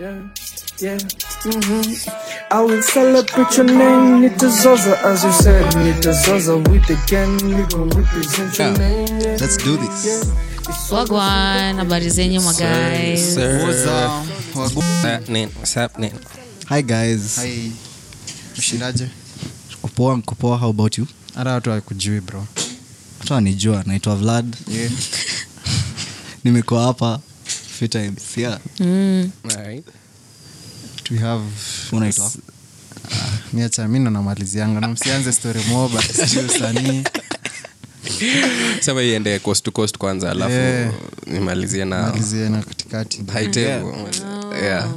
Yeah, yeah, mm-hmm. I will celebrate your name, Nitazoza, as you said, Nitazoza, we again, we gon' represent your Yeah. name. Yeah. Let's do this. wagwan habari zenyu maguys What's Eh, up? Wagu- Hi guys. Hi. Mshindaje? Kupoa mkupoa how about you? hata watu wakujui bro Hata wanijua naitwa Vlad. Nimekuwa hapa few times. Yeah. mm. we have Unaitwa? miacha mi ndo namalizianga na msianze story moba sijui usanii sema iende coast to coast kwanza alafu Yeah. nimalizie Ah. na malizie na katikati high table. Yeah.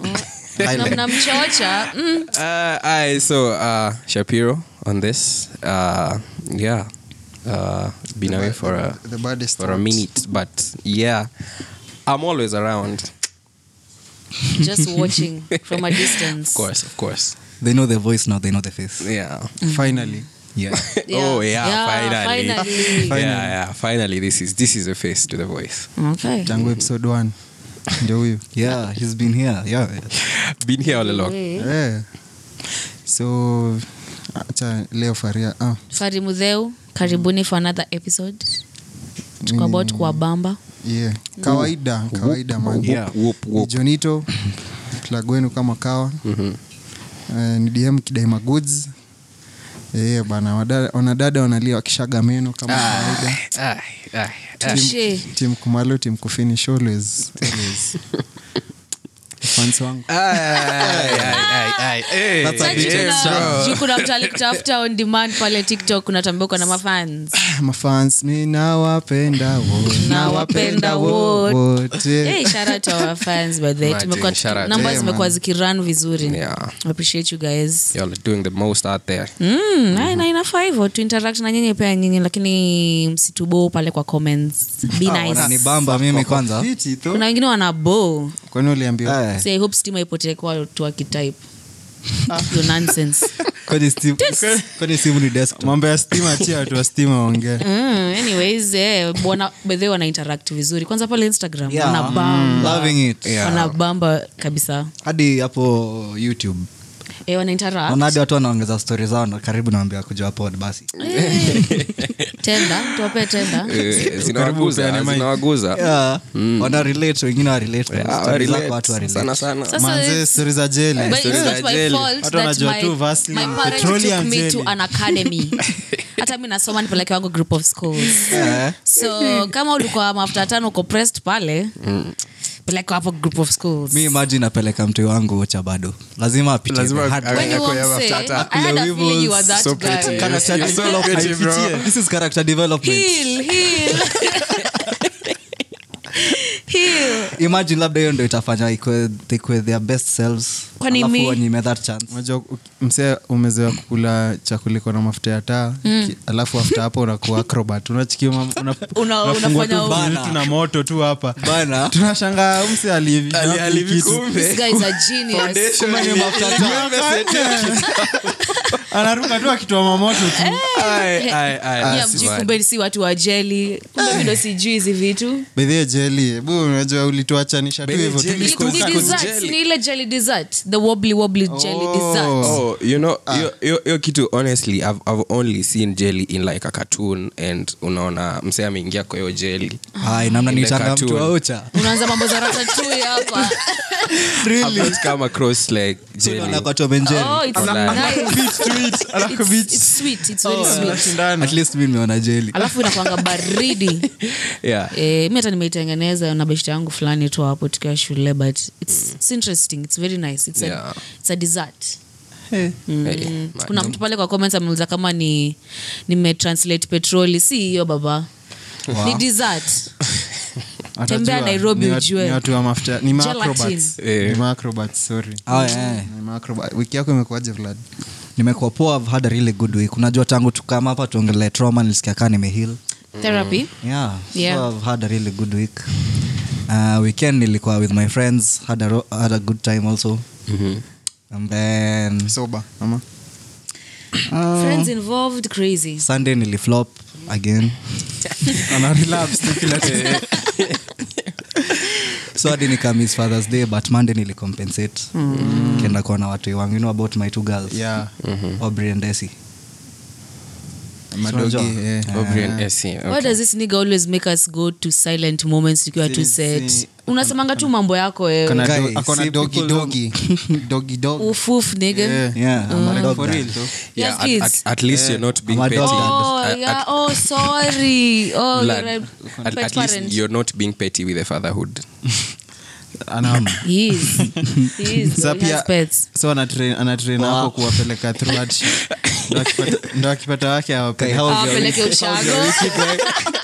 Na mnamchocha mm. Uh, aye, so uh, Shapiro on this. Uh, yeah. Uh, it's been away for a The baddest for a out. minute, but yeah, I'm always around. just watching from a distance Of course, of course. They know the voice now, they know the face. Yeah. finally Yeah. Yeah. Oh yeah, Yeah, finally. finally. Yeah, yeah. Finally, this is this is a face to the voice. okay tangu episode 1 ndio huyu Yeah, he's been here. Yeah. Been here all along. Eh. so acha leo faria ah, fari mudheu karibuni for another episode tuko Mm. about kuwabamba yeah. kawaida kawaida man Yeah. Whoop, whoop. jonito lagwenu kama kawa Mm-hmm. Eh, ni dm kidaima goods Eh, bana wada- wanadada wanalia wakishaga meno kama Ah. kawaida Aye, aye, aye. tushe tim kumalo tim kufinish always always fans wangu That's a big extra. juu kuna mtu alikutafuta on demand pale tiktok unatambuka na mafans mafans mi nawapenda wote Nawapenda wote. wote Hey, shout out to our fans, by the way. Imagine, Tumekuwa- shout out. numbers Yeah, zimekuwa zikirun vizuri Yeah. appreciate you guys Y'all are doing the most out there. Mm, Mhm. na- na inafaa hivyo tuinteract na nyinyi pia nyinyi lakini msitubo pale kwa comments ah, be nice Wananibamba mimi kwanza. Fiti tu. kuna wengine wanabo kwani uliambiwa Eh, so i hope stima ipotekwa tu akitype your nonsense Kwani simu- kwani simu ni desktop? mambo ya stima achia watu wa stima waongea mm, anyways eh, bwana bedhe wana interact vizuri kwanza pale instagram Yeah. Mm, wanabamba loving it. Yeah. wanabamba kabisa hadi hapo youtube eh, wana interact naona hadi watu wanaongeza stori zao na karibu naambia kuja pod basi Eh, tenda tuwapee tenda Eh, zinawaguza zinawaguza yeah. mm. wana relate wengine wa relate na Yeah, story relate. zako watu wa relate. Sana, sana. Sasa manze it's- stori za jeli But it's Stories not are my jelly. fault Watu that wanajua my- tu Vaseline, my parents petroleum took me to jelly. an academy. hata mi nasoma nipeleke wangu group of schools so kama ulikuwa mafuta tano uko pressed pale peleke hapo group of schools mi maji napeleka mtu wangu cha bado lazima apitie the hard way. When you won't say, I had a feeling you were that So guy. pretty. Character You're so development. pretty, bro. This is character development Heal, heal. Heal. imagine labda hiyo ndo itafanya ikwe- ikwe their best selves Kwani alafu mi- wanyime that chance unajua msee umezoea kukula chakula iko na mafuta ya taa Mm. ki- alafu after hapo unakuwa acrobat unachikia una, Una- unafungua tu unafanya u- vitu na moto tu hapa bana tunashangaa huyu msee alivi- Alivi kitu. This kumbe. guy is a genius. Kumbe ni mafuta taa. anaruka tu akitoa mamoto tu Eh. Aye, aye, aye. Yeah, That's mjui bad. kumbe si watu wa jeli kumbe mi ndo sijui hizi vitu bedhie jeli bu unajua ulituachanisha tu Bedhie hivyo tu jelly. because- Ni- Ni Kuzi- dessert, jelly. ni ile jelly dessert, the wobbly wobbly jelly dessert. Oh, you know, Ah. hiyo- hiyo- hiyo kitu honestly I've, i've only seen jelly in like a cartoon and unaona msee ameingia kwa hiyo jelly hai namna In the nitanga mtu cartoon. waocha unaanza mambo za ratatouille hapa I've not come across like jelly Tunaona kwa Tom and Jerry. Oh, it's Online. nice. alafu It's- beach. it's sweet, it's very Oh. sweet. at least mi nimeona jeli alafu inakwanga baridi yeah eh, mi hata nimeitengeneza na beshta yangu fulani tu hapo tukiwa shule but it's, it's interesting it's very nice it's, a, Yeah. it's a dessert Hey, Mm. kuna mtu pale kwa comments ameuliza kama ni nimetranslate petroli si hiyo baba ni dessert Watajua, Tembea Nairobi ni wat- ujue. ni watu wa mafuta ni Gelatin. maacrobats Eh. Ni maacrobats, sorry Ah, eh. Ni maacrobat. wiki yako imekuwaje vlad nimekuwa poa I've had a really good week unajua tangu tukama hapa tuongelee trauma nilisikia kaa nimehil Mm. therapy yeah, Yeah. So I've had a really good week. Uh, weekend nilikuwa with my friends had a, ro- had a good time also Mm-hmm. and then soba ama Ah, friends involved crazy sunday niliflop again ana relapse tu kila so hadi nikamis fathers day but monday nilicompensate mm. kenda kuona watu wangu you know about my two girls Yeah. Aubrey and Desi. madogi Unajua? eh. Aubrey and Essie, okay. Why does this nigga always make us go to silent moments tukiwa too set? Unasemanga tu mambo yako wewe. Akona do- Guys, akona see, dogi people dogi dogi dogi Oof oof nigga. Yeah. Yeah, I'm a dog for dad. real though Yes, Yeah, at- kids. at- at least you're not being Eh, I'm a petty. dog Oh, At- yeah. at- Oh, sorry. Oh, Vlad, you're a at- pet at least parent. you're not being petty with the fatherhood Ana- He is. He is. Sasa He has pia- pets. so anatrain- anatrain hapo kuwapeleka through hardship. Ndo akipata- ndo akipata wake awapeleke. Kai, how- Awapeleke Ah, ushago.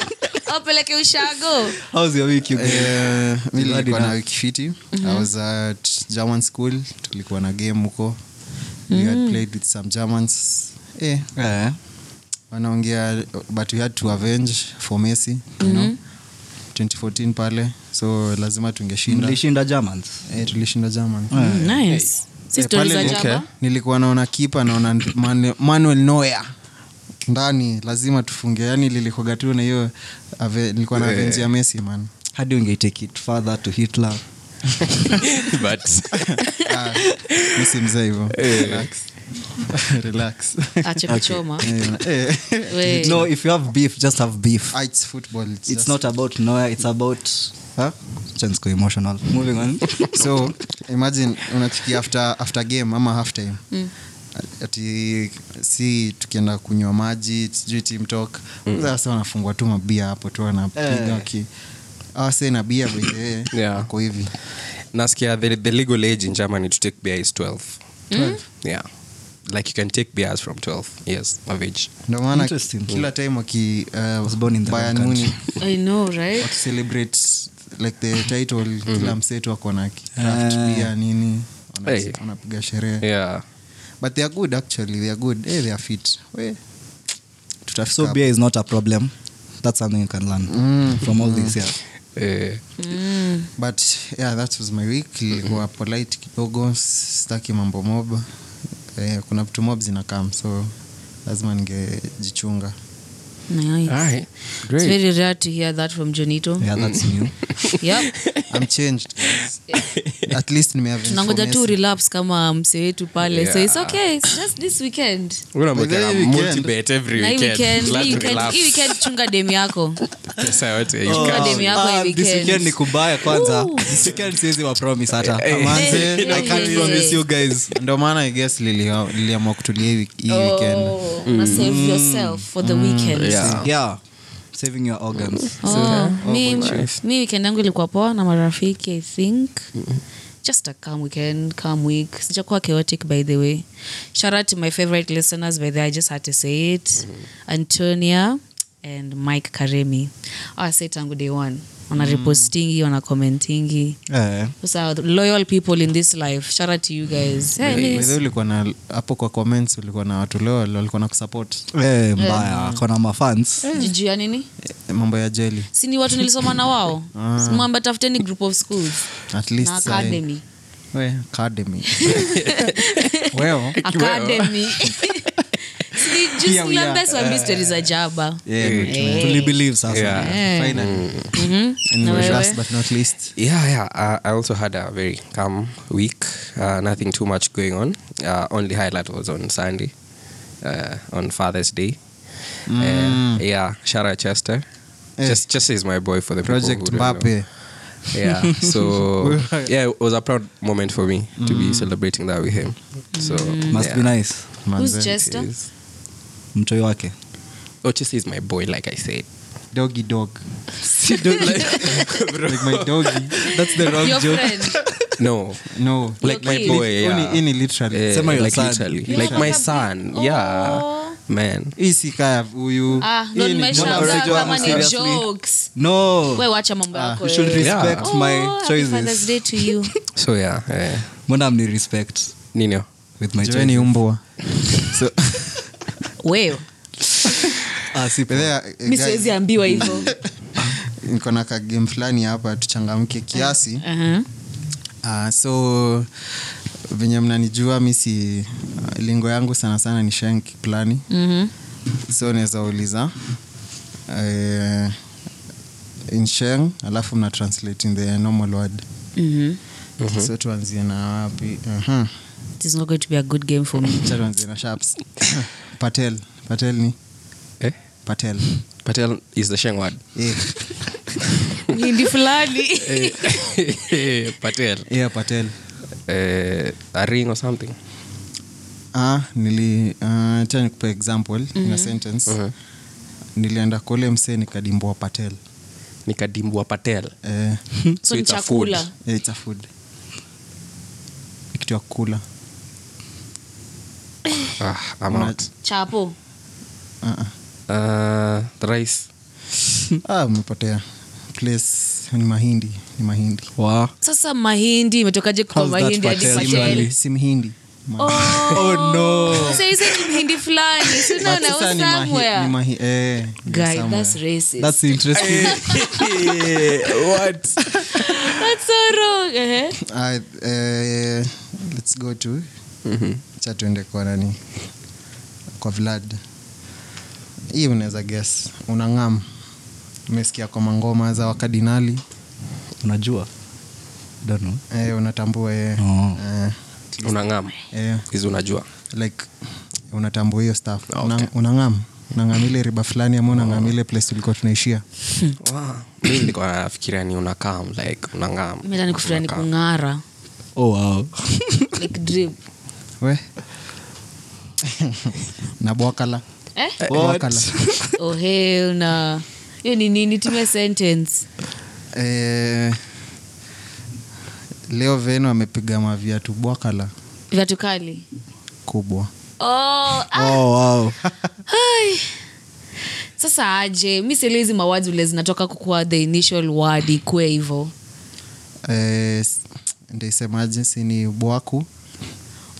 Awapeleke ushago. How's your week, you guys? Eh, mi Glad nilikuwa na enough. wiki fiti i was at german school tulikuwa na game huko we had played with some germans eh, Eh, wanaongea but we had to avenge for messi you know 2014 pale so lazima tungeshinda mlishinda Germans? eh, tulishinda german Nice. Si Eh, story pale za ni- jaba. nilikuwa naona kipa naona Manu- manuel noya ndani lazima tufunge yani lilikoga tu na hiyo ave- nilikuwa Eh. na avenge ya messi man hadi ungeitake it further to hitler but Ah, mi si mzee hivo Eh. Relax. Relax. Ache kuchoma. Eh, We. no if you have beef just have beef ah, it's football, it's it's just- not about noya it's about huh? Chance go emotional moving on Mm-hmm. so imagine unachukia after, after game ama half time ati si tukienda kunywa maji sijui team talk Mm. sasa wanafungwa tu mabia hapo tu Eh. wanapiga waki awase na bia bee Yeah. ako hivi naskia the, the legal age in germany to take beer is 12 Hmm? yeah like you can take beers from 12 years of age ndo maana Interesting. kila time waki uh, Was born in the wrong Bayern Munich, I know, right? wakicelebrate like the title Mm-hmm. kila msetu akona Ah. bia nini wana- Hey. wanapiga sherehe yeah but they are good actually they are good hey, they are fit we tutafika so hapo. beer is not a problem that's something you can learn Mm. from all this yeah Eh, Hmm. but yeah that was my week Mm-hmm. ilikuwa polite kidogo sitaki mambo mob eh, kuna vitu mob zinakam so lazima ningejichunga Nice. aye, It's Ah, great. very rare to hear that from Jonito. yeah that's Mm-hmm. new Yep. I'm changed at least nimeavenge Tunangoja for tu Messi. relapse kama msee wetu pale. So it's Yeah. okay. It's just this weekend. Unamwekea By the way, weekend. multi-bet every Na hii weekend. weekend, Let hii me weekend, laugh. hii weekend chunga dem yako. Pesa yote, Oh, you Chunga can- dem yako hii Ah, this weekend. weekend ni kubaya kwanza This weekend siwezi wa promise hata Eh, Manze, Hey, I can't hey, promise hey. you guys ndo maana i guess lilia- liliamua kutulia hii wiki- hii weekend Oh, una save yourself for the weekend. Mm, yeah saving your organs Oh, mi- mi weekend yangu ilikuwa poa na marafiki i think just a calm weekend calm week sijakuwa chaotic by the way shout out to my favorite listeners by the way i just had to say it antonia and mike karemi awase tangu day one wanaripostingi wanakomentingi Eh, so loyal people in this life shout out to you guys hey, By the way, ulikuwa na hapo kwa comments ulikuwa na watu leo walikuwa na kusupport eh, mbaya akona mafans jijuu ya nini eh, mambo ya jeli sini watu nilisoma na wao mwamba tafuteni group of schools at na least sahi. academy We, academy Wewe. academy sijuslambe siwambi stori za jaba Eh, tulibelieve sasa Eh. And Na Mhm. wewe? last but not least Mm. yeah yeah uh, i also had a very calm week uh, nothing too much going on uh, only highlight was on sunday uh, on father's day Uh, yeah shout out chester Eh. Chester Chester is my boy for the people project who don't know. mbape Yeah, so yeah, it was a proud moment for me to be celebrating that with him. So Mm. must yeah. be nice Who's manze. It Chester? is. mtoi wake Oh, Chester is my boy, like I said. doggy dog like my doggy that's the wrong Your joke friend. No, no like my kid. boy, Uni- yeah. ini literally Eh, Sema your like son. literally, Yeah, like my kabisa. son. Yeah, Oh. man. hii si kaya huyu Ah, ndo Hii ni nimeshangaa joke. kama ni seriously. jokes. no We wacha mambo yako you should wewe. Yeah. respect Oh, my happy Father's choices Day to you. So yeah, eh, mbona mni respect Nino. with my Joe ni choices umbwa so Wewe, ah, si By the way, eh, mi guys, siwezi ambiwa hivyo niko na kagame fulani hapa tuchangamke kiasi Aha. Ah, so venye mnanijua mi si ah, lingo yangu sana sana ni shank plani Mhm. so naweza uliza eh, in sheng alafu mna translate in the normal word uh-huh. Mhm. so tuanzie na wapi Aha. It is not going to be a good game for Mm-hmm. me. Acha tuanzie na sharps patel patel ni Eh? patel Eh. Patel is the Sheng word. yeah. Hindi fulani. Eh. Patel. yeah, patel Uh, a ring or something. ah, nili uh, cha nikupe example mm-hmm. in a sentence Uh-huh. Mhm. nilienda kule msee nikadimbua patel Nikadimbwa Patel. eh, So ni it's a food. chakula. eh, it's a food Ni kitu ya kukula Ah, I'm Una- out. Chapo. uh-uh. Uh, rice. ah, umepotea place ni mahindi ni mahindi Wow. Sasa mahindi imetokaje kwa How's that mahindi hadi Patel? patel? si mhindi Ma- Oh, no. So you said ni mhindi fulani. So no, But no, sasa ni mahi- somewhere. ni mahi- eh, ni Guy, somewhere. that's racist. That's interesting. Eh. That's so wrong. Eh? Ah, eh, let's go to Mhm. cha tuende kwa nani kwa vlad hii unaweza guess unang'am umesikia kwa mangoma za wakadinali unajua Don't know. eh, unatambua eh, Oh. eh, Unang'am. eh, Hizi unajua. like unatambua hiyo staff Ah, Una- okay. Oh. unang'am unang'am ile riba fulani ama unang'am ile place tulikuwa tunaishia Wow. Mi nilikuwa nafikiria ni unakam like unang'am. Mimi ndani kufurani Unakam. kung'ara. Oh, wow. Like drip. we na bwakala Eh? bwakala Oh hell na. Hiyo ni nini? Tumia sentence. eh, leo veno amepiga maviatu bwakala Viatu kali. kubwa Oh, ah, Oh, wow. sasa aje mi sielewi hizi mawazi ule zinatoka kukua the initial word ikue hivo eh, s- ndaisemaje si ni bwaku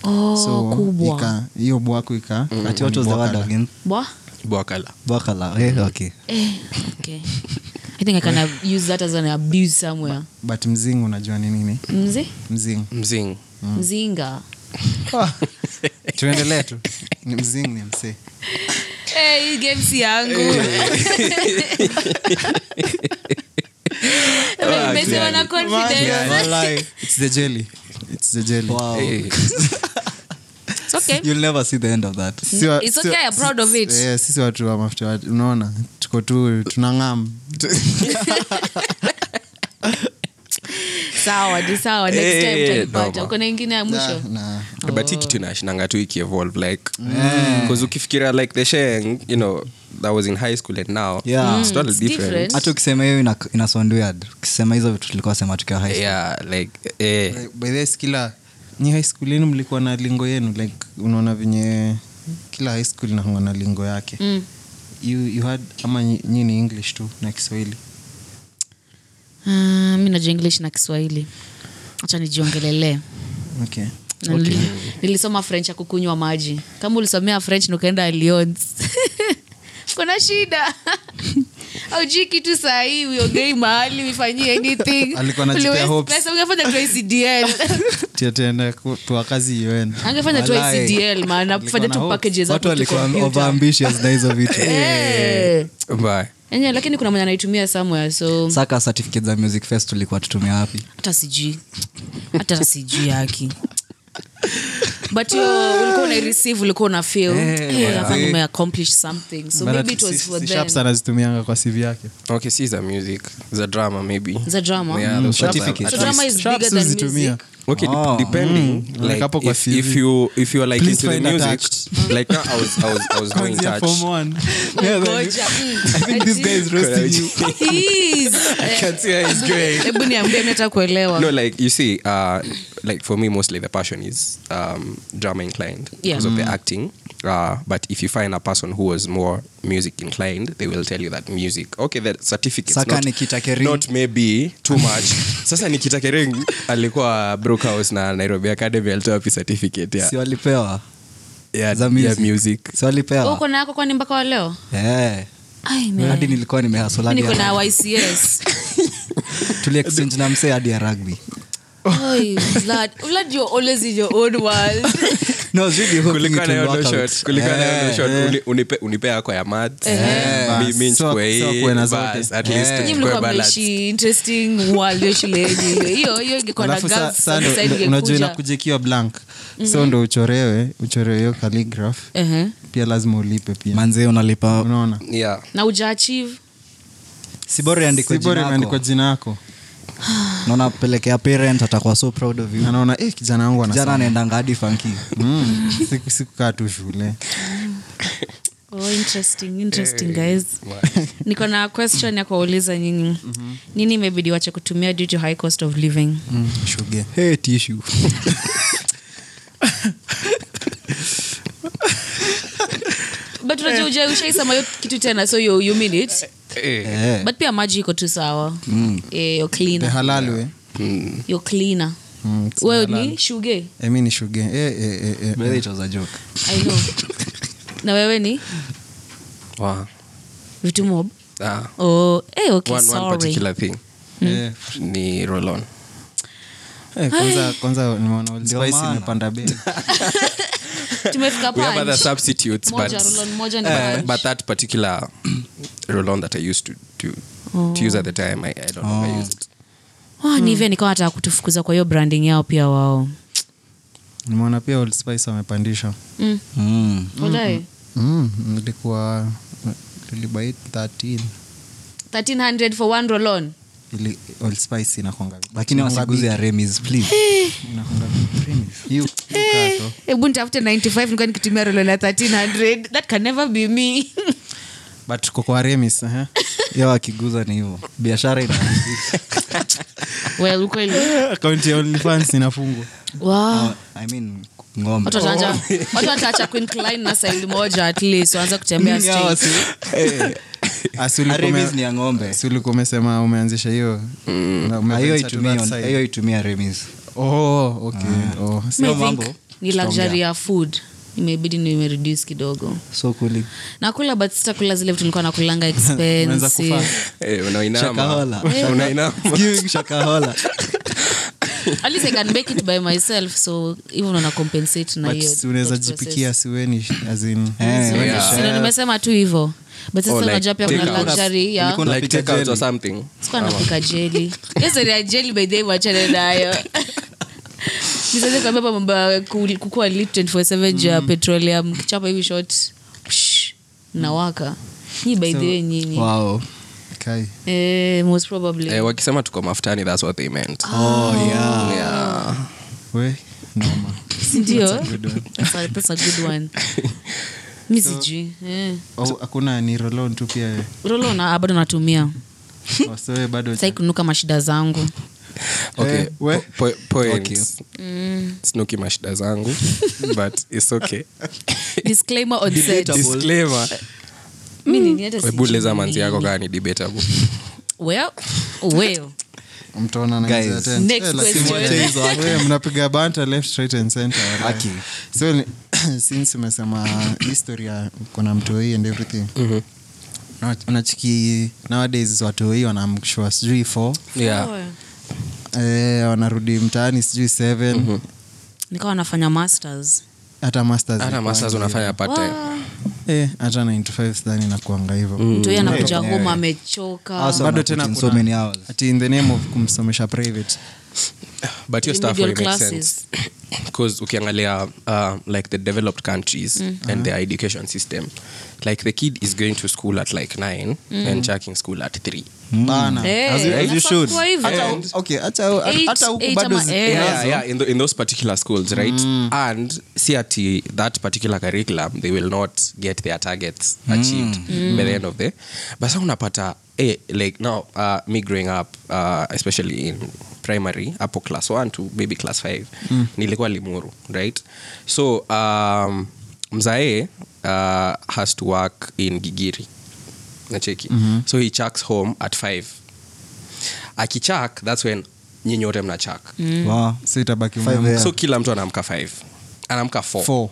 oh, kubwa ika- hiyo bwaku ika Mm, Ati what was the word Bwakala. Mm. again? bwa Bwakala. Bakala. Eh, okay. eh, okay. i think i can ab- use that as an abuse somewhere but mzingu unajua ni nini mzi mzingu Mzing. mzinga tuendelee tu ni mzingu ni msee Eh, hii game si yangu mesema na confidence It's the jelly. It's the jelly. Wow. Eh, It's okay You'll never see the end of that. Sisi wa- It's sisi wa- okay, I'm proud of it. Eh, sisi watu wa mafuta watu- unaona tuko tu tunang'am sawa ni sawa next time Eh, utanipata noma. uko na ingine ya mwisho Na- na- but hii kitu inashinanga tu ikievolve like Eh. bcause ukifikiria like the sheng you know that was in high school and now Yeah. it's totally It's different, different. hata ukisema hiyo ina, ina sound weird ukisema hizo vitu tulikuwa sema tukiwa high school. yeah like eh, by the way, si kila ni high school yenu mlikuwa na lingo yenu like unaona venye kila high school inakuwa na lingo yake Mm. you, you had ama nyi- nyi ni english tu na kiswahili Ah, mi najua english na kiswahili hacha nijiongelele okay Na nili- nilisoma french ya kukunywa maji kama ulisomea french na ukaenda Alliance. kuna shida aujui kitu sahii uiongei mahali uifanyie anything Alikuwa anajipea Uliwaste hopes. pesa, ungefanya tu ICDL. tiatenda pewa kazi un angefanya tu Walai. ICDL, maana Alikuwa fanya na tu hopes. packages za watu kutu walikuwa computer. overambitious na hizo vitu Eh. but Enye, lakini kuna mwenye anaitumia somewhere so saka certificate za music fest tulikuwa tutumia wapi hata sijui hata sijui haki but yo, ulikuwa unaireceive ulikuwa una feel hey, hapa nimeaccomplish something so Eh, Maana maybe it si- was si- for si them Sharps anazitumianga kwa siv yake okay si za music za drama maybe za drama Yeah, those Mm, Sharps- certificates. So drama is Sharps bigger than huzitumia. music. okay de- Oh. depending like Mm. Hapo kwa if, CV. if you if you are like Please into the find music attached. like now i was i was i was going Kuanzia form touch one. Ngoja, mm, ati- He is. Eh, hebu niambie nata no kuelewa like you see uh like for me mostly the passion is um drama inclined Yeah. because of Mm. the acting uh but if you find a person who was more music inclined they will tell you that music okay the certificates Saka not, Nikita Kering. not maybe too much sasa nikita kering alikuwa brookhouse na nairobi academy alitoa pi certificate yeah, si walipewa yeah, za yeah music, music si walipewa uko nako kwani mpaka wa leo Eh. Ai, man. hadi nilikuwa Mimi niko na nimehasoladi YCS tuliexchange na msee hadi ya rugby Oi, Vlad. Vlad, you're always in your own world. No, I was really hoping it kulikuwa na hiyo would work no out. shot kulikuwa na hiyo no Eh, shot eh. Uli- unipe- unipe yako ya maths Eh, mi- mi bas. So- nichukue so hii, kuwe na zote. bas, at least Eh. Nyinyi tukuwe mlikuwa balanced. mnaishi interesting world ya shuleni. Hiyo hiyo ingekuwa na Alafu sa- girls sa ndo- side ndo- unajua ingekuja. inakuja ikiwa blank so ndo uchorewe uchorewe hiyo calligraph Ehe. pia lazima ulipe pia manze unalipa unaona Yeah. Na ujaachieve. sibora andikwe Si bora imeandikwa jina yako naonapelekea parent atakuwa so proud of you anaona eh, kijana wangu jana anasoma." anaendanga hadi fanki Mm, siku- sikukaa tu shule Oh, interesting, Eh, interesting, guys. niko na question ya kuwauliza nyinyi Mhm. nini imebidi wache kutumia due to high cost of living shuge hey, tissue. but unajua ujai- ushaisema hiyo kitu tena so you, you mean it Eh, Eh, but pia maji iko tu sawa Eh, you're the cleaner. halal way You're cleaner. Mm, it's wewe halal. ni shuge Eh, mi ni shuge eh, eh, eh, eh. brother, it was a joke. I know. na wewe ni wow. vitu mob Ah, oh, eh, okay, one- one sorry. particular thing Eh, ni roll on. eh, kwanza kwanza nimeona Old Ndio Spice maana. imepanda bei tumefika We have punch. other substitutes, Moja, but- uh, roll on moja ni but- punch. but that particular roll on that I used to- to- to use at the time, I- I don't know if I used it. Oh, ni hivyo nikawa nataka kutufukuza kwa hiyo branding yao pia wao nimeona pia Old Spice wamepandisha mm. Mm. Walai. mm, nilikuwa tulibai 13 1300 for one roll on ili Old Spice inakonga lakini wasiguzi ya remis please inakonga premise hiyo kato hebu nitafute 95 nikuwa nikitumia rolo na 1300 that can never be me but koko remis eh yo akiguza ni hivo biashara ina well ukweli account ya OnlyFans inafungwa Ah, Ah. wow I mean, ng'ombe. watu wataanja Oh. watu wataacha queen klein na side moja at least waanza Mm, kutembea Nyinyi hawa straight si- Eh. Asi ulikuwa Remis ume- Eh. ni ya ng'ombe Eh, si ulikuwa umesema umeanzisha hiyo Mm. na Ah, umeventure hiyo to that itumie on- side. hiyo itumia remis Oh, okay. Oh, Me Sio think mambo. ni luxury ya food imebidi nimereduce kidogo so kuli nakula but sitakula zile vitu nilikuwa nakulanga Unaweza expensive kufa. Eh, unainama. shakahola Unainama. Giving shakahola at least i can make it by myself so even una compensate na But hiyo si unaweza thought process. jipikia siweni as in- Eh, Sina- Yeah. sina nimesema tu hivo but sasa Oh, like, unajua pia kuna take out. luxury ya Ulikuwa Like unapika takeouts or jelly. something. sikuwa napika jeli yesoria jeli baidhe wachane nayo nisaze kuambia mambo ya ku- kukuwa lit 24 juu ya petroleum kichapa hivi shot psh, nawaka nyi baidhewe nyinyi wow Kai. eh, most probably Eh, wakisema tuko mafutani thats what they meant Ah. Yeah. We, noma. sindio that's a, that's a good one mi sijui eh. Oh, hakuna ni rolon tu pia we. rolo na bado natumia Oh, so we bado sai kunuka mashida zangu Okay, Eh, we. po- po- points. sinuki mashida zangu but its okay disclaimer on set disclaimer mi nini hata sijui webuleza manzi nini. yako kaa ni debatable well well mtaona na Guys, hizo attend. next Eh, lazima- question. Mwache hizo haki. We, mnapiga banta left right and center walai. Haki. so ni- since umesema history ya kuna mtoi and everything Na- unachiki nowadays watoi wanamshua sijui four Oh, yeah. eh, wanarudi mtaani sijui seven nikawa nafanya masters hata masters hata ilikuwa masters hivyo. unafanya part Ah. time Eh, hata 95 sidhani nakuanga hivyo mtu huyo anakuja Yeah. home amechoka Awesome. bado Bado tena tena so many hours ati in the name of kumsomesha private but your stuff Remedial really makes classes. sense because ukiangalia uh, like the developed countries and their education system like the kid is going to school at like 9 and checking school at 3 bana Eh, As you- as you inafaa should. kuwa hivyo. Hata- And- Eh, okay, hata- Eight- hata huku eight bado ama- zi- eh. yeah, unazo. yeah, Mm. yeah in, tho- in those particular schools right and see at that particular curriculum they will not get their targets achieved by the end of the but sa unapata eh, like now uh, me growing up uh, especially in primary apo class 1 to maybe class 5 nilikuwa limuru right so um, mzae uh, has to work in gigiri nacheki so he chucks home at 5 akichak that's when nyinyi wote mna chak wow So itabaki Five mnamo- Yeah. so kila mtu anaamka 5 anaamka 4 Four.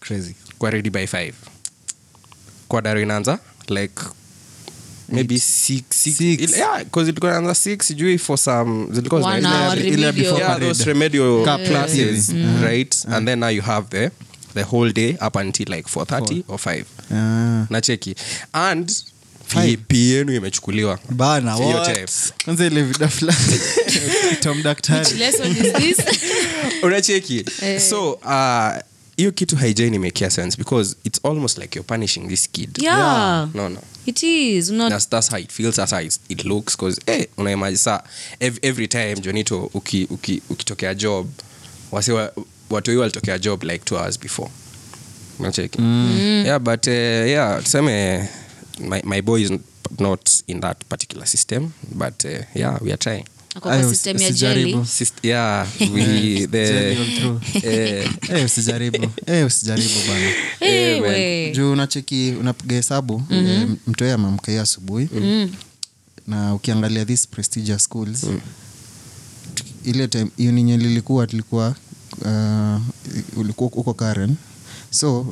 crazy kwa ready by 5 kwa daro inaanza like maybe six, six, Six. il- yeah because ilikuwa inaanza six sijui for some zilikuwa One zinaenda- hour Mm. ile remedial. before yeah, parade. those remedial Cup classes, theory. right? And then now you have the the whole day up until like 4:30 or 5. Ah. Nacheki. And fee yenu imechukuliwa. Bana, Hiyo what? time. kwanza ile vida fulani tom daktari lesson is this Unacheki. Eh. So, uh hiyo kitu hygiene imekea sense because it's almost like you're punishing this kid. Yeah. Yeah. No, no. it is not That's, that's how it feels, that's how it's- it looks because eh, unaimagine saa every, every time Jonito uki, uki, ukitokea job wase wa- watu hiyo walitokea job like two hours before nacheki yeah but uh, yeah tuseme my, my boy is not in that particular system but uh, yeah we are trying ako kwa Ayo, system ya sijaribu. jelly Sist- yeah we the Jelly all through. eh, Eh, usijaribu Eh, usijaribu bana hey, man. we. juu unacheki unapiga hesabu mm-hmm. mtoe amamkai asubuhi Mm. mm-hmm. na ukiangalia these prestigious schools mm. ile time hiyo ninye lilikuwa tulikuwa uh, ulikuwa uko karen so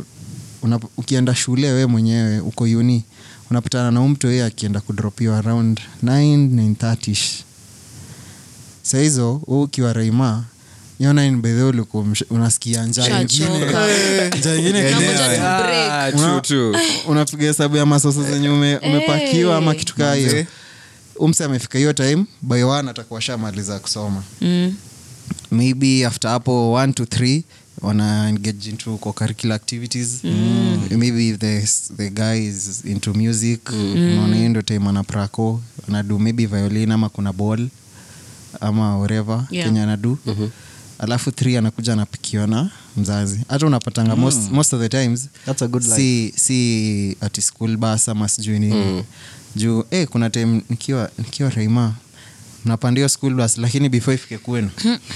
una, ukienda shule we mwenyewe uko uni unapatana na umto yeye akienda kudropiwa around 9 930 sahizo huu ukiwa raima yona bedhe ulikuwa msh- unasikia njaa ingine. Shachoka. njaa ingine Na kidogo. moja tu break. ah, true, Una- true. unapiga hesabu ya masoso zenye ume, umepakiwa ama kitu kaa hiyo umse amefika hiyo time by one atakuwa shamaliza kusoma Mm. maybe after hapo one to three wana engage into co-curricular activities mm. maybe if the, the guy is into music unaona hiyo ndio time anaprako anadu maybe violin ama kuna ball ama whatever Yeah. kenya anadu mm-hmm. alafu three anakuja anapikiwa na mzazi hata unapatanga mm. most, most of the times That's a good life. si, si ati school bus ama sijui nini mm. juu eh, kuna time nikiwa, nikiwa raima mnapandia school bus lakini before ifike kwenu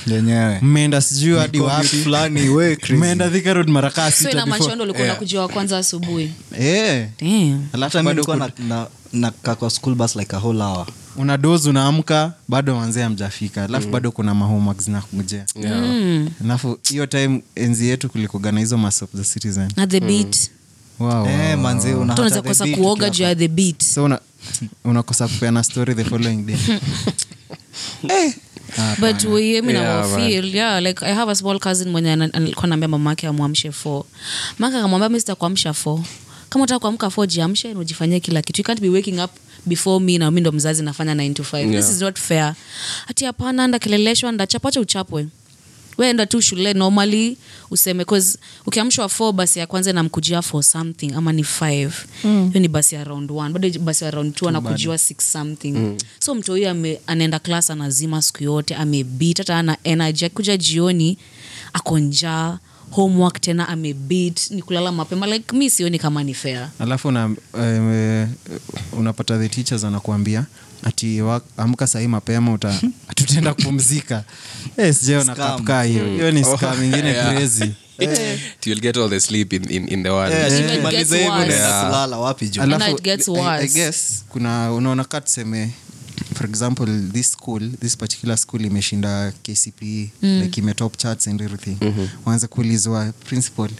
yenyewe mmeenda sijui hadi wapi fulani we crazy. mmeenda Thika Road mara kaa so sita ina before- machondo ulikuwa unakujua wa kwanza asubuhi Eh, Damn. alafu Hata mimi bado nilikuwa kuna- na- na- nakaa kwa school bus like a whole hour una dozi unaamka bado wanzee amjafika alafu Mm. bado kuna mahomework zinakujea Yeah. Mm. alafu hiyo time enzi yetu kulikuga na hizo masop za citizen na the beat wow, Eh, wow, wow. manze, una Hata unaweza hata kukosa the beat kuoga ukiwa- juu ya the beat so una- unakosa kupeana story the following day but wemi Yeah, nawafil yeah like i have a small cousin mwenye ana- alikuwa naambia mamake amwamshe fo maka akamwambia mi sitakuamsha fo kama utaka kuamka fo jiamshe na ujifanyie kila kitu you can't be waking up before me na mi ndo mzazi nafanya 9 to 5 this Yeah. is not fair hati hapana ndakeleleshwa ndachapacha uchapwe weenda tu shule normally useme 'cause ukiamshwa f basi ya kwanza namkujia for something ama ni five hiyo ni basi ya round one bado basi ya round two anakujia six something so mtu huyu ame- anaenda klas anazima siku yote amebit hata ana energy akikuja jioni akonjaa homework tena amebit ni kulala mapema like mi sioni kama ni fair alafu una, eh, unapata the teachers anakuambia ati wa- amka sahii mapema uta tutaenda kupumzika eh, sijaona Scam. kapkaa hiyo hiyo ni Oh, scam ingine yeah. crazy You'll get all the sleep in, in, in the world. Eh. Yeah. even Eh, Maliza gets hivyo worse. unaenda Yeah. kulala wapi juu? And it gets I- I worse. guess, kuna unaona ka tuseme for example this school this particular school imeshinda kcpe mm. like imetop charts and everything mm-hmm. waanze kuulizwa principal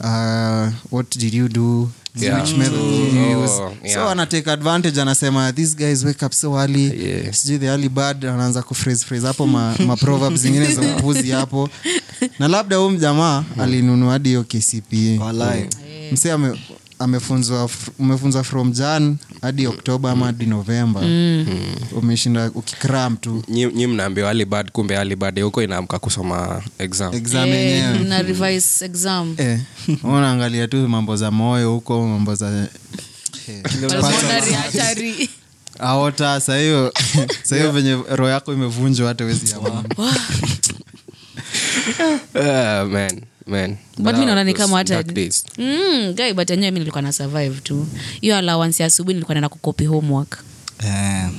uh, what did you do Yeah. Which method did you Oh, use? yeah. so anatake advantage anasema these guys wake up so early Yeah. sijui the early bird anaanza kuphrase phrase hapo ma, ma proverbs zingine za upuzi hapo na labda huu mjamaa alinunua hadi hiyo kcpe Walai. mse ame, amefunzwa f- umefunzwa from jan hadi oktoba ama hadi novemba mm. umeshinda ukikram tu nyi nyi mnaambiwa alibad kumbe alibad huko inaamka kusoma exam exam Eh, yenyewe na revise exam Eh, wewe unaangalia tu mambo za moyo huko mambo za Pulmonary artery. aota sahiyo sahiyo venye roho yako imevunjwa hata wezi Ah, man, man. But mi That naona ni was kama hata- dark days. Mm, guy, but enyewe mi nilikuwa na survive tu hiyo allowance ya asubuhi nilikuwa naenda kukopi homework Eh, na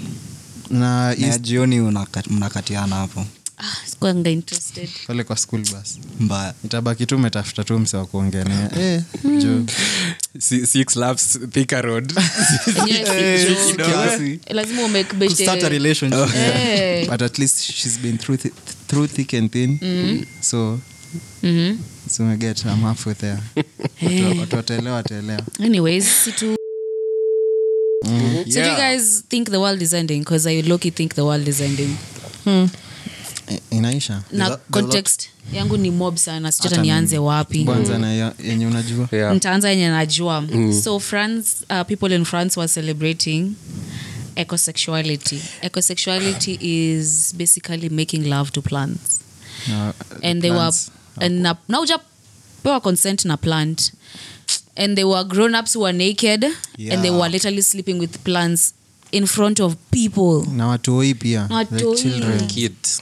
na ya east jioni unaka- mnakatiana hapo Ah, sikuwanga interested pale kwa school bus mbaya itabaki tu umetafuta tu mse wa kuongelea eh, juu Si- six laps Thika road Enyewe si joke. kiasi. Eh, lazima umake Kustart bete- a relationship. Eh. but at least she's been through, th through thick and thin Mm-hmm. mm. so Mhm. so I get I'm Eh. halfway there. Watu- watu wataelewa wataelewa anyways si tu Mm-hmm. So do you guys think the world is ending? Because I low-key think the world is ending. Eh, I- inaisha Na lo- the lo- context yangu ni mob sana, sijata Hata mimi. nianze wapi. kwanza na ya- yenye unajua Yeah. nitaanza yenye najua Mm. so france uh, people in france were celebrating ecosexuality ecosexuality is basically making love to plants Na- and they plants. were and na, na ujapewa consent na plant and they were grown ups who were naked and they Yeah. were literally sleeping with plants in front of people na watoi pia Na the watoi. children. Kids.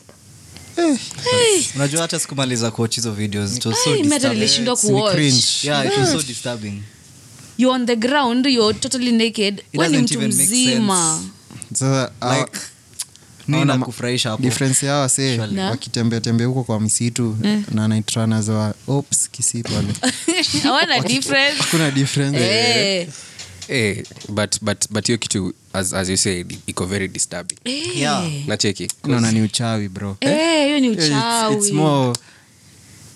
unajua hata sikumaliza kuwatch hizo videos it was so Ai, meta disturbing. nilishindwa It's ni cringe. kuwatch yeah it was so disturbing you're on the ground you're totally naked It we ni doesn't mtu even make sense. mzima Sasa, ah, like nini naona na ma- kufurahisha hapo difference yao wase Surely. Na? Eh. wakitembea tembea huko kwa misitu na naitrana za ops kisii pale hawana difference kuna difference Eh. Eh, but but but hiyo kitu as, as you said iko very disturbing yeah nacheki naona ni uchawi bro Eh, hiyo ni It's- it's uchawi more-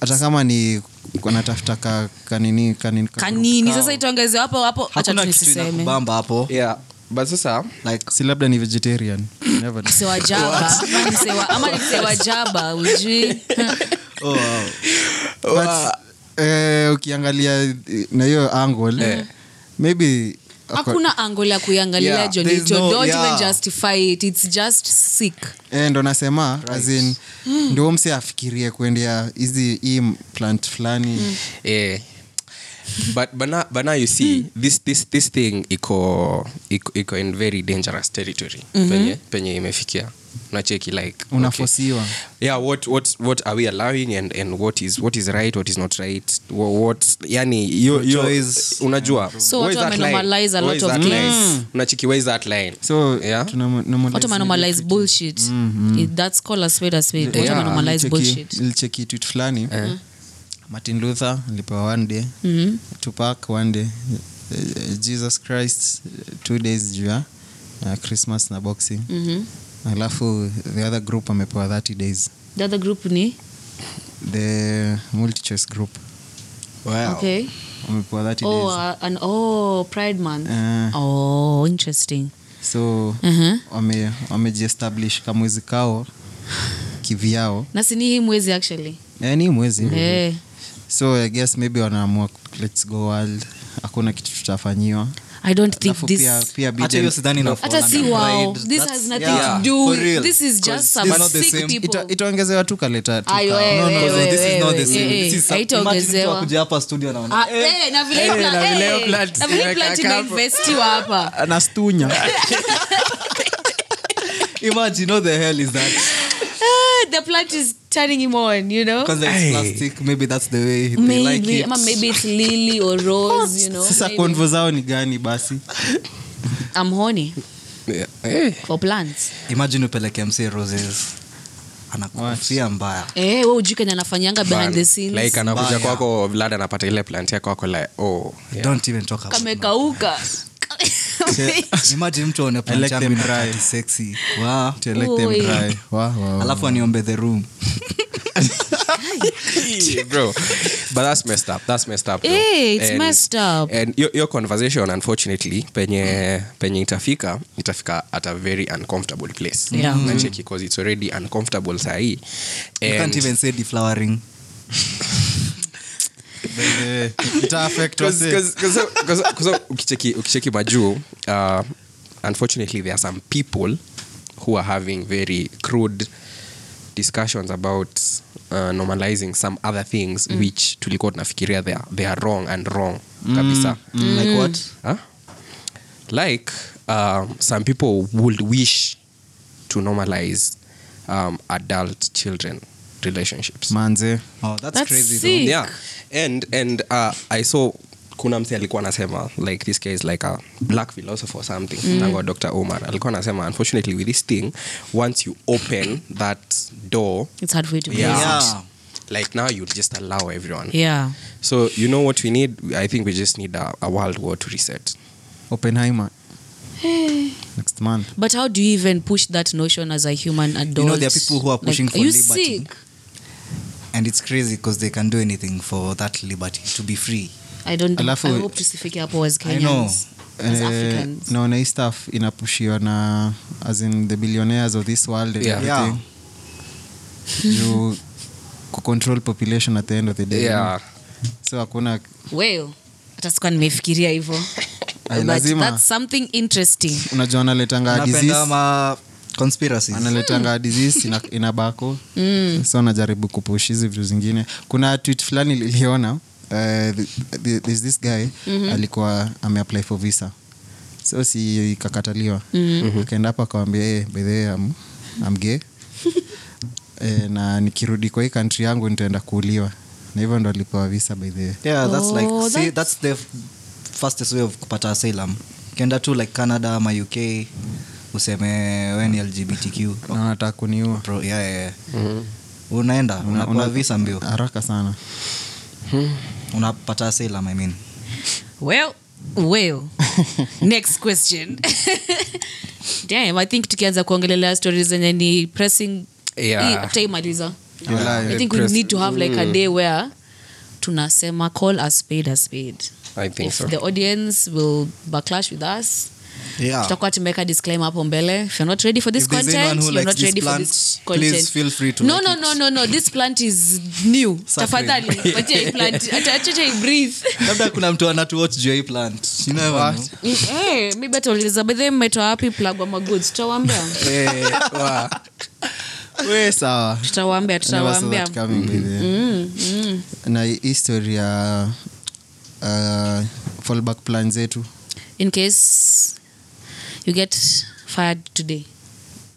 hata kama ni wanatafuta ka, kanini kanini ka kanini sasa itaongezewa hapo hapo acha tu hakuna kitu nisiseme inakubamba hapo yeah but sasa like si labda ni vegetarian Never know. Msewa jaba Ama msewa- ama ni msewa jaba ujui oh wow. But, uh, eh, ukiangalia eh, na hiyo angle maybe Eh. hakuna angle ya kuiangalia Yeah, Johnny. there's Jo- no- don't yeah. even justify it it's just sick eh, ndo nasema as in, Hmm. ndio mse afikirie kuendea hizi hii plant Hmm. fulani eh, but but now, but now you see Hmm. this this this thing iko iko, iko in very dangerous territory Mm-hmm. penye penye imefikia nacheki like unafosiwa yeah what what what are we allowing and and what is what is right what is not right what, what yani yo, yo, Choice. unajua So Where is watu that line? wamenormalize a Where lot is of that line? things. unachiki where is that line so Yeah. tuna- normalize watu manormalize bullshit Mm-hmm. It- that's called a spade a spade watu Yeah, manormalize Nilicheki- bullshit nilicheki tweet fulani Eh. Mm. martin luther nilipewa one day Mm-hmm, tupac one day eh, jesus christ eh, two days juu ya eh, christmas na boxing mm-hmm. alafu the other group amepewa 30 days the other group ni the multichoice group okay amepewa 30 oh, days uh, an, oh pride month Eh. oh interesting so Mhm. wame- wamejiestablish kamwezi kao kivyao na sini hii mwezi actually Eh, ni mwezi Mm-hmm. Eh. so i guess maybe wanaamua lets go world hakuna kitu tutafanyiwa i don't think Alafu this pia, pia hata hiyo Biden- sidhani ina hata fall si under wao pride. this That's- has nothing yeah, to do for real. this is just 'Cause some this is not the sick same. people Ita- itaongezewa tu kaleta tu Ayo, ka- eh, No, no, Wewe, this is not the same. wewe, This is- eh, eh, imagine mtu haitaongezewa. akuja hapa studio anaona, Ah, eh, eh, na vile pla- na vile eh, plant na vile imeweka plant hapo. imeinvestiwa hapa nastunya imagine what the hell is that Ah, the plant is turning him on you know Because it's plastic maybe that's the way they maybe like it. ama maybe it's lily or rose you know sasa maybe. konvo zao ni gani basi i'm horny yeah. eh. for plants imagine upeleke msee roses anakufia mbaya eh wewe ujui kenye anafanyanga behind the Bana. scenes like anakuja Mbaya. kwako vlad anapata ile plant yako ako like oh yeah. don't even talk about it. kamekauka imagine mtu aone I like plant yangu them inakaa dry. ti sexy Wow. To elect them Oi. dry. Wa- wa- wa. alafu aniombe the room Yeah, bro but that's messed up that's messed up bro. Eh, it's messed up. and your, your conversation unfortunately penye penye itafika itafika at a very uncomfortable place Yeah. Mhm. Nacheki, 'cause it's already uncomfortable sahi you can't And- even say deflowering By the way, ita affect wase. 'Cause- 'cause- 'cause- 'cause ukicheki ukicheki majuu uh, unfortunately there are some people who are having very crude discussions about uh, normalizing some other things Mm. which tulikuwa tunafikiria they are, they are wrong and wrong Mm, kabisa Mm. like what Huh? Like um, some people would wish to normalize um, adult children relationships. manze oh that's, That's crazy though. sick. Yeah, and and uh, I saw kuna mse alikuwa anasema like this guy is like a black philosopher or something mm. Dr. Omar alikuwa anasema unfortunately with this thing once you open that door it's hard for you to be Yeah. Yeah. like now you just allow everyone yeah so you know what we need I think we just need a, a world war to reset openheimer Eh. next man But how do you even push that notion as a human adult? you know there are people who are pushing like, for are you liberty Sick? and it's crazy because they can do anything for that liberty to be free I don't. Alafu- I hope tusifike hapo as Kenyans. i know As eh, Africans. naona hii staff inapushiwa na as in the billionaires of this world and Yeah. everything. Juu kucontrol population at the end of the day Yeah. so hakuna weo hata sikuwa nimefikiria hivo Ay, lazima. that's something interesting unajua analetanga napenda Ah, disease ma conspiracies analetanga disease ina, inabako mm. so anajaribu kupush hizi vitu zingine kuna tweet fulani liliona uh, the, the, there's this guy mm-hmm. alikuwa ameapply for visa so si ikakataliwa mm-hmm. akaenda hapo akawambia hey, bedhee am, am gay e, na nikirudi kwa hii kantri yangu nitaenda kuuliwa na hivyo ndo alipewa visa bedhee yeah that's like Oh, see that's the f- fastest way of kupata asylum ukienda tu like canada ama uk useme we ni lgbtq na wanataka kuniua Pro, yeah, yeah, yeah. unaenda unapewa visa mbio haraka sana unapata asylum i mean well well next question damn i think tukianza kuongelelea stories zenye ni pressing Yeah. hii hata imaliza You're lying. i think we need to have like a day where tunasema call a spade a spade I think if so. the audience will backlash with us yeah tutakuwa tumeweka disclaimer hapo mbele if you're not ready for this Ah. If there's anyone content who you're likes not this ready for plant, this please content feel free to no like no it. no no no this plant is new Suffering. tafadhali patia hii plant acha acha hii breathe labda kuna mtu anatuwatch juu ya hii plant You never know. Eh, mi beta uliza bedhe mmetoa wapi plug wa magoods tutawambia we sawa tutawambia Never saw tutawambia that coming by the way. na hii story ya uh, fallback plan zetu in case you get fired today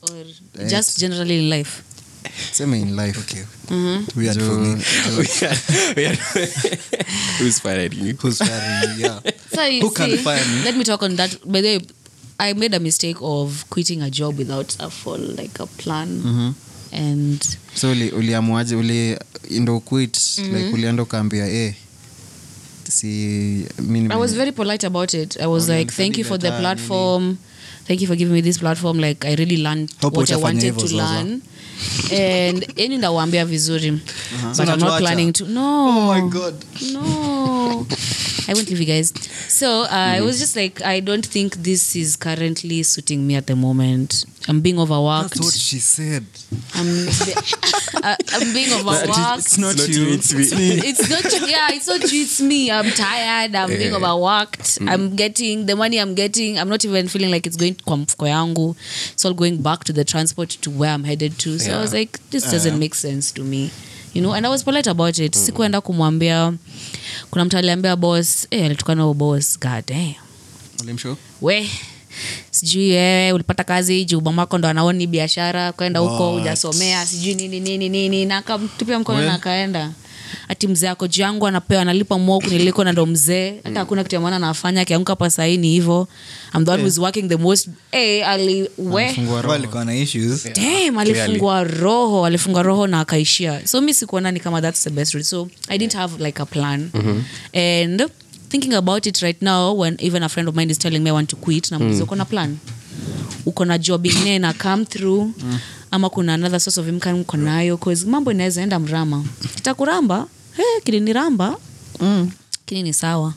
or just generally in life Mm-hmm. sema in life Okay. Weird for me. Who's firing you? Who's firing? Yeah. so you Who can see, fire me? let me talk on that by the way i made a mistake of quitting a job without a full like a plan Mm-hmm. and so uli- uliamuaje uli ndo quit Mm-hmm. like ulienda ukaambia e si mi nime- I was very polite about it. I was Oh, like, nilifanya thank you for the better, nini." platform. Thank you for giving me this platform. Like, I really learned Hope what I utafanya wanted hivyo to sasa. learn. and yani ndawambia vizuri but i'm not unatuacha? planning to no Uh-huh. Oh my god. no i won't leave you guys so uh, Mm-hmm. i was just like i don't think this is currently suiting me at the moment i'm being overworked That's what she said. I'm, uh, I'm being overworked not you. It's me. it's not yeah it's not you it's me i'm tired i'm being overworked Mm. i'm getting the money i'm getting i'm not even feeling like it's going kwa mfuko yangu it's all going back to the transport to where i'm headed to so i was like this doesn't make sense to me you know and i was polite about it Mm. sikuenda kumwambia kuna mtu aliambia boss eh alitukana huo boss god damn we sijui wewe ulipata kazi juu mamako ndo anaoni biashara kwenda huko ujasomea sijui nini nini nini na akamtupia mkono na akaenda ati mzee ako juu yangu anapewa analipa mwa kuniliko na ndo mzee hata hakuna kitu ya maana anafanya akianguka pa sahii ni hivo I'm the one who's working the most hey, ali we Well, alikuwa na issues. Damn, alifungwa roho alifungwa roho na akaishia so mi sikuona ni kama that's the best route. so i didn't have like a plan and thinking about it right now when even a friend of mine is telling me i want to quit namuliza uko na plan uko na job ingine na come through ama kuna another source of income uko nayo 'Cause mambo inaweza enda mrama kitakuramba hey, kiliniramba mm. kini ni sawa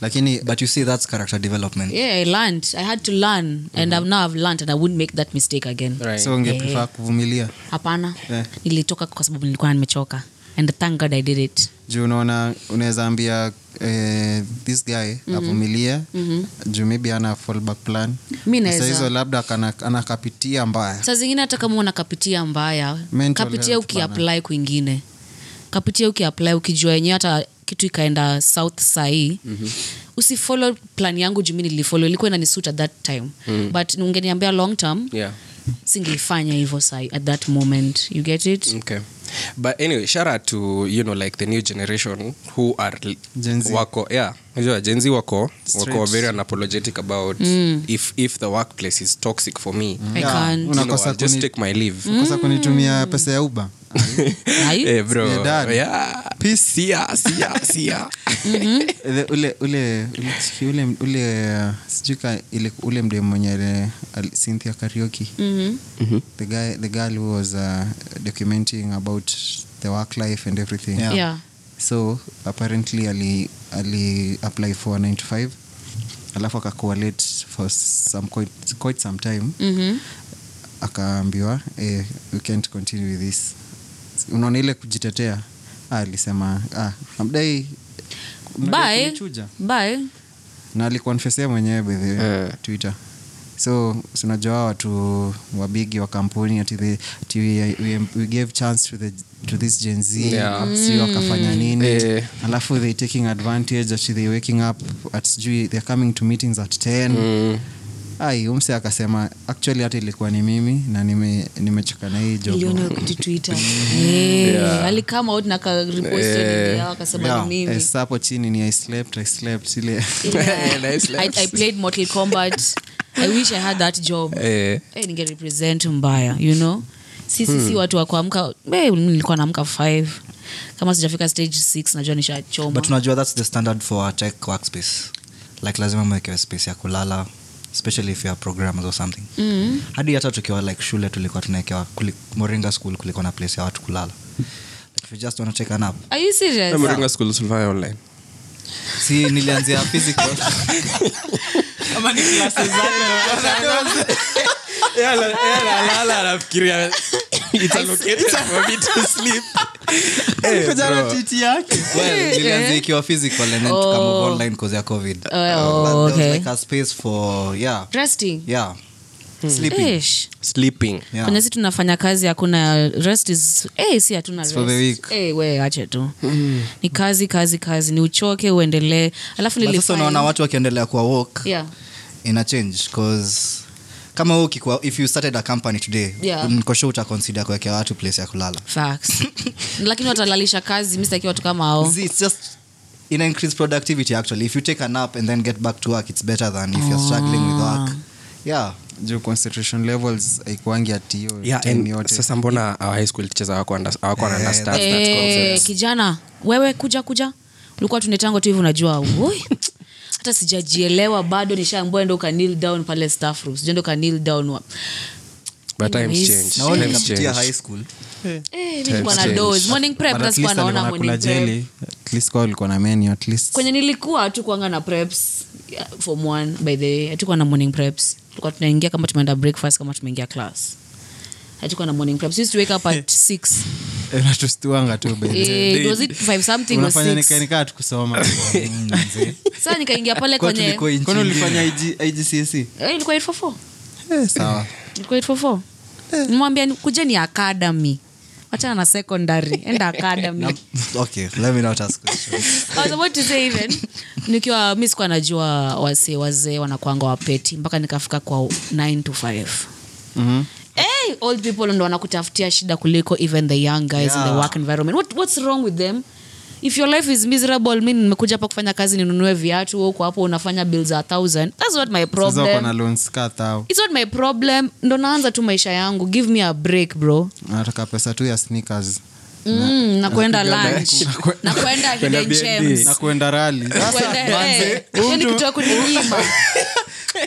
lakini But you see that's character development. yeah i learned i had to learn and I've, now i've learned and i wouldn't make that mistake again Right. so ungeprefer kuvumilia hapana Eh. nilitoka kwa sababu nilikuwa nimechoka and thank god i did it juu unaona unaweza ambia eh, this guy Mm-hmm. avumilie juu maybe ana fallback plan Mi Na naeza. saa hizo labda kana- anakapitia mbaya saa zingine hata kama unakapitia mbaya Mental kapitia health ukiapply kwingine kapitia ukiapply ukijua yenyewe hata kitu ikaenda south sahii Mhm. mm-hmm. usifolo plan yangu jumi nilifolo ilikuwa inanisuit at that time Mhm. mm. but ungeniambia long term Yeah. singelifanya hivyo sahii at that moment you get it Mm. Okay. But anyway, shout out to you know like the new generation who are Gen Z. wako yeah, unajua Gen Z wako wako very unapologetic about if if the workplace is toxic for me. i can't Mm. Una- You know, Mm. Unakosa I'll just kuni- take my leave. kosa kunitumia pesa ya uba Are you? Eh, bro. Yeah, dad. Yeah. Peace. See ya, see ya, see ya. Mm-hmm. ule ule ule chiki, ule, ule uh, sijui ka- ile- ule mde mwenye ile, al- cynthia karioki Mm-hmm. the, guy, the girl who was uh, documenting about the work life and everything Yeah. yeah so apparently ali, ali apply for 95 alafu akakuwa late for some quite, quite some time mm-hmm. akaambiwa eh, we can't continue with this unaona ile kujitetea ah, alisema ah, amdai Bye. Bye. na alikuanfesia mwenyewe bedhe Eh. twitter so sinajua watu wabigi wa kampuni ati the, ati we, we, we gave chance to, the, to this gen z Yeah. si wakafanya nini Eh. alafu they taking advantage ati they waking up at sijui they're coming to meetings at 10 Mm. ai umse akasema actually hata ilikuwa ni mimi na nime- nimechoka na hii job Niliona kitu Twitter. Eh, alikama out na aka repost Eh. hiyo video, akasema ni mimi. Eh, sasa hapo chini ni i slept i slept ile Yeah. Nice I, I played Mortal Kombat. I wish I had that job. Eh. Eh, ningerepresent mbaya you know sisi Hmm. si watu wa kuamka eh, mimi nilikuwa naamka 5 kama sijafika stage 6 najua nishachoma but unajua thats the standard for a tech workspace like lazima mwekewe space ya kulala especially if you are programmers or something mm. hadi hata tukiwa like shule tulikuwa tunaekewa kuli- moringa school kulikuwa na place ya watu kulala like if you just wanna take a nap are you Na serious Moringa School tulifanya online. si nilianzia physical Eh, well nilianzia ikiwa physical and then Eh. Oh. tukamove online cause ya covid Oh, oh, But there okay. was like a space for yeah resting yeah Hmm. sleeping Ish. Sleeping. yeah. kwenye si tunafanya kazi hakuna rest is eh, si hatuna for the rest. week. Eh, we ache tu ni kazi kazi kazi ni uchoke uendelee alafu But sasa unaona nilifind- watu wakiendelea kuwa walk yeah ina change cause kama wewe ukikuwa if you started a company today Yeah. nkosho utaconsider kuwekea watu place ya kulala facts lakini watalalisha kazi mistaki watu kama ao See, it's just ina increase productivity actually if you take a nap and then get back to work it's better than if you're struggling with work Ah. yeah juu concentration levels haikuangi ati hiyo Yeah, time and yote sasa mbona our high school teachers hawako under- hawako wana understand that Eh, concept? kijana wewe kuja kuja ulikuwa tunetango tu hivi unajua "Oi, hata sijajielewa bado nishaambua ndo kanil down pale staff room sijendo kanil down wa- But times Anyways. change. na wewe Times unapitia change. high school eh, mi Times nilikuwa na change. doze. Morning prep, But at that's why least naona alikuwa anakula morning prep. jelly. At least kwa walikuwa na menu, at least. kwenye nilikuwa tu kuanga na preps yeah, form one by the way hatukuwa na morning preps tulikuwa tunaingia kama tumeenda breakfast kama tumeingia class hatukuwa na morning preps We used to wake up at 6 Eh, natustuanga tu baby. eh, was it 5 something or Unafanya 6 nika- nikaa tukusoma. Mm, sasa nikaingia pale Kwa kwenye tulikuwa Kwani nchi ulifanya IG IGCSE? eh, ilikuwa 844 Eh, sawa. Ilikuwa 844. Eh. nimwambia kuja ni academy wachana na secondary enda academy okay let me not ask questions I was about to say even nikiwa mi sikuwa najua wase wazee wanakwanga wapeti mpaka nikafika kwa 9 to 5 Mhm. Hey, old people ndo wanakutafutia shida kuliko even the young guys in the Yeah. work environment What, what's wrong with them if your life is miserable mi nimekuja hapa kufanya kazi ninunue viatu wewe uko hapo unafanya bill za 1000 that's not my Sasa wako na problem loans kadhaa. it's not my problem ndo naanza tu maisha yangu give me a break bro Anataka pesa tu ya sneakers. Mm, na kwenda lunch na kwenda hidden B&B. gems na kuenda rali Na Sasa, kwenda- eh, yani kitu ya kuninyima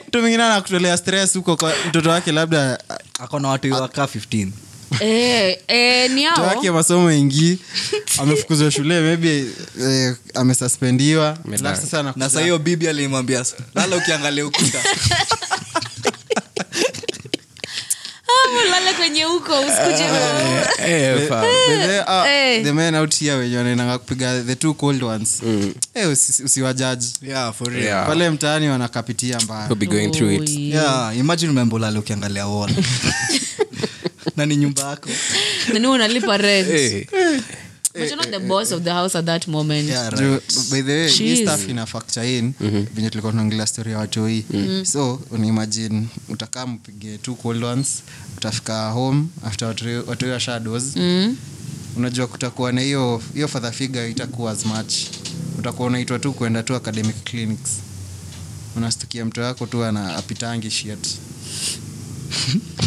mtu mwingine anakutolea stress huko kwa mtoto wake labda akona watu waka 15 Eh, eh, ni mtoto hao wake masomo ingii amefukuzwa shule maybe eh, amesuspendiwa Amelala. Alafu sasa anakuja- na saa hiyo bibi alimwambia lala ukiangalia ukuta Ah, ulale kwenye huko usikuje Eh, fam. Bebe, ah, Eh. the men out here wenye wanaendanga kupiga the two cold ones Eh, usi- usiwajaji yeah for real Yeah. pale mtaani wanakapitia mbaya We'll be going through it. Oi. yeah imagine umembolala ukiangalia wall na ni nyumba yako Na ni unalipa rent Eh, but you're not the boss of the house at that moment Eh, yeah, right. Juu, by the way hii Jeez. stuff ina factor in venye tulikuwa tunaongelea story ya watoi Mm. so unaimagine utakaa mpige two cold ones utafika home after watoi- watoi wa shadows Mm. Hmm? unajua kutakuwa na hiyo hiyo father figure itakuwa as much utakuwa unaitwa tu kuenda tu academic clinics unastukia mto wako tu ana apitangi shit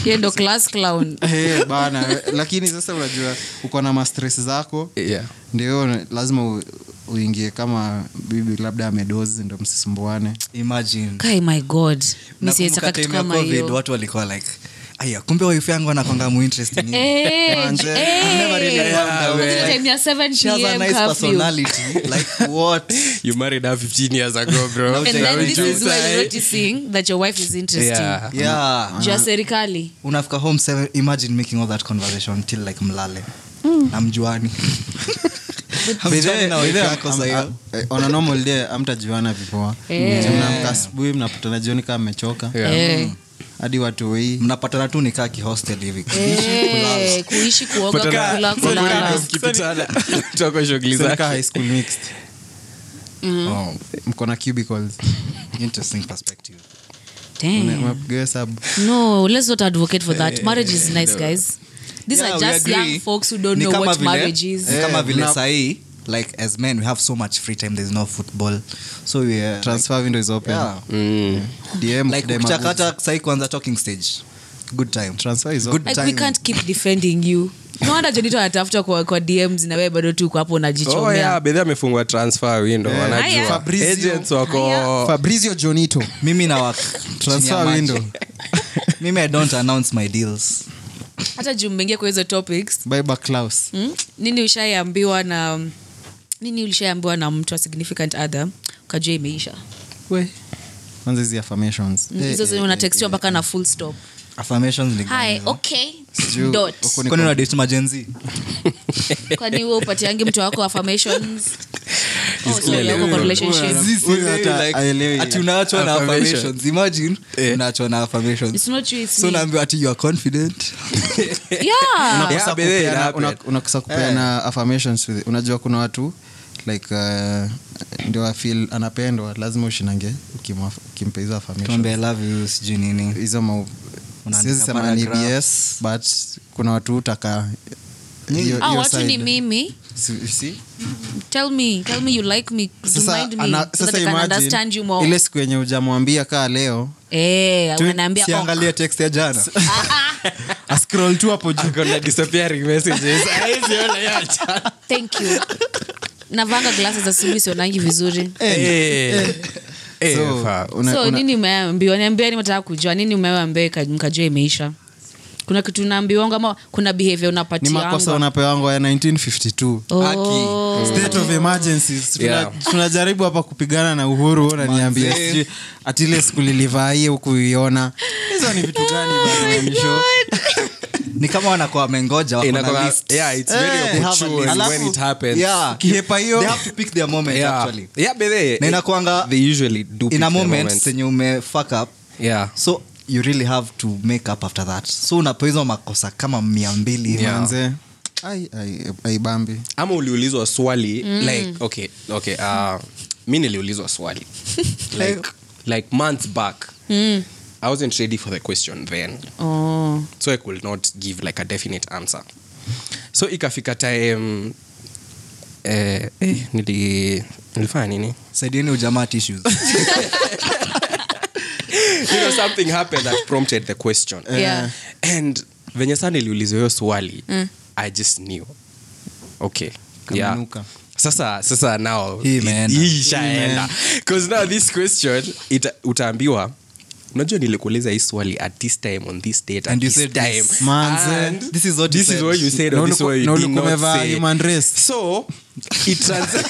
Yeye ndo class clown Eh, bana we- lakini sasa unajua uko na mastres zako Eh, yeah. ndio lazima u- uingie kama bibi labda amedozi ndo msisumbuane imagine kai my god mi Nakumbuka siwezaka kitu time ya kama covid hiyo watu walikuwa like aya kumbe wife yangu anakwanga muinteresting Eh, Manze, eh. I never realized that. Unajua time ya 7 She has a PM nice curfew. personality. Like, what? you married her 15 years ago, bro. and Like, then this you is where you're say- noticing that your wife is interesting Yeah. yeah Uh-huh. juu ya serikali unafika home seven, imagine making all that conversation till like mlale Hmm. namjuani Hamjuani na wife yako saa hiyo. eh, onanomalde amtajuana vipoa Eh. mnamka asubuhi mnapatana jioni kama mmechoka Yeah. Eh. hadi watu wei mnapatana tu nikaa kihostel hivi Eh, kuishi kuoga Patana- kula kulala Mkipitana, toka shughuli Serika zake high school mixed Hmm. Oh, mko na cubicles interesting perspective Damn. uh, unapigiwa sub No, let's not advocate for that. marriage is nice, guys. These uh, Yeah, are we just agree. young folks who don't Ni know kama what vile- marriage is. ni kama Eh, vile mna- sahii like as men we have so much free time there's no football so we are like- transfer window is open yeah. Mm. dm like kudema goods. kuchakata sahii kwanza talking stage good time transfer is Good open Like we can't keep defending you. No wonder Jonito anatafuta kwa, kwa DMs na wewe bado tu uko hapo unajichomea. Oh, yeah, bedhi amefungwa transfer window Eh. Aya. wanajua Fabrizio. agents wako fabrizio jonito mimi na work chini ya transfer maji. window mimi i don't announce my deals Hata juu mmeingia kwa hizo topics. biba claus Mm? Nini ushaiambiwa na nini ulishaambiwa na mtu wa significant other ukajua imeisha kwanza hizi affirmations Eh, Mm, hizo zenye unatekstiwa mpaka na full stop affirmations ni hi gani? okay Sijui, dot uko kwani unadate majenzi kwani wewe upatiangi mtu wako affirmations oh, sorry, uelewe. wako kwa relationship aelewi. ati unaachwa na Affirmation. affirmations imagine Eh. unaachwa na affirmations It's not you, it's so me. naambiwa ati you are confident Yeah. Yeah, Ah, Unakosa but then it kupeana- happened. Eh. una- unakosa kupeana affirmations with- unajua kuna watu like uh, ndio afil anapendwa lazima ushinange ukimwa- ukimpa hizo affirmations. tuambia love you sijui nini hizo ma- Unaandika siwezi sema ni paragraphs. BS, but kuna watu utaka hiyo- Ah, hiyo watu side. ni mimi Si- you see? tell me tell me you like me Sasa remind me ana- so that sasa I can imagine, understand you more ile siku yenye ujamwambia kaa leo eh tu- wanaambia oh, siangalie text ya jana ascroll tu hapo juu Ako na disappearing messages. Hawezi ona yeye acha. thank you navanga glasses asubuhi sionangi vizuri Eh. Eh, So, fa- una- so una- nini umeambiwa niambia ni mataka kujua nini umeambiwa ika- mkajua imeisha kuna kitu unaambiwanga ama kuna behavior ni makosa unapatianga unapewangwa ya 1952 Oh. Haki. State of emergencies. Tuna- Yeah. tunajaribu hapa kupigana na uhuru unaniambia Manze. sijui ati ile skuli ilivaaie hukuiona hizo ni vitu gani Oh bana, mamisho? ni kama wanakuwa wamengoja wako na Inakuwa- list. Eh, yeah, it's very Eh, they have a opportune list. when Alafu- it happens. Yeah. Kihepa hiyo. They have to pick their moment, Yeah. actually. Yeah, but they- na inakwanga they usually do pick in a their moment moments. zenye umefuck up Yeah. so you really have to make up after that so unapoizwa makosa kama mia mbili hivi. Yeah. Manze. Ai, ai, ai, bambi ama uliulizwa swali like okay okay uh, mi niliulizwa swali like like months back i wasn't ready for the question then Hmm. Oh. so i could not give like a definite answer so ikafika time eh, eh, nili nilifanya nini saidieni ujamaa tissues you know, something happened that prompted the question Yeah. and venye saa niliulizwa hiyo swali i just knew okay yeah. Kamenuka. sasa sasa now Hii it- imeenda. hii ishaenda because now this question ita- utaambiwa unajua nilikuuliza hii swali at this time on this date at And you this said time this. Manze, And this is what you this is said. what you said or Na this uliku- what you na did ulikuwa not umevaa say. human dress. so it, trans-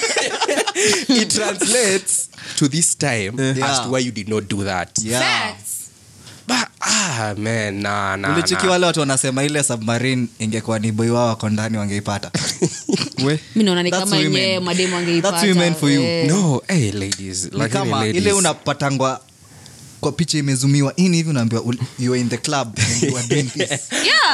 it translates to this time as Yeah. to why you did not do that yeah. But, ah, man, nah, nah, ulichiki nah. wale watu wanasema ile submarine ingekuwa ni boi wao wako ndani wangeipata We. mi naona ni That's kama women. yenyewe mademu Eh. That's women for you. angeipata No, hey, ladies, ni lakini kama ladies. ile unapatangwa kwa picha imezumiwa in hivi unaambiwa ul- you are in the club and you are doing this.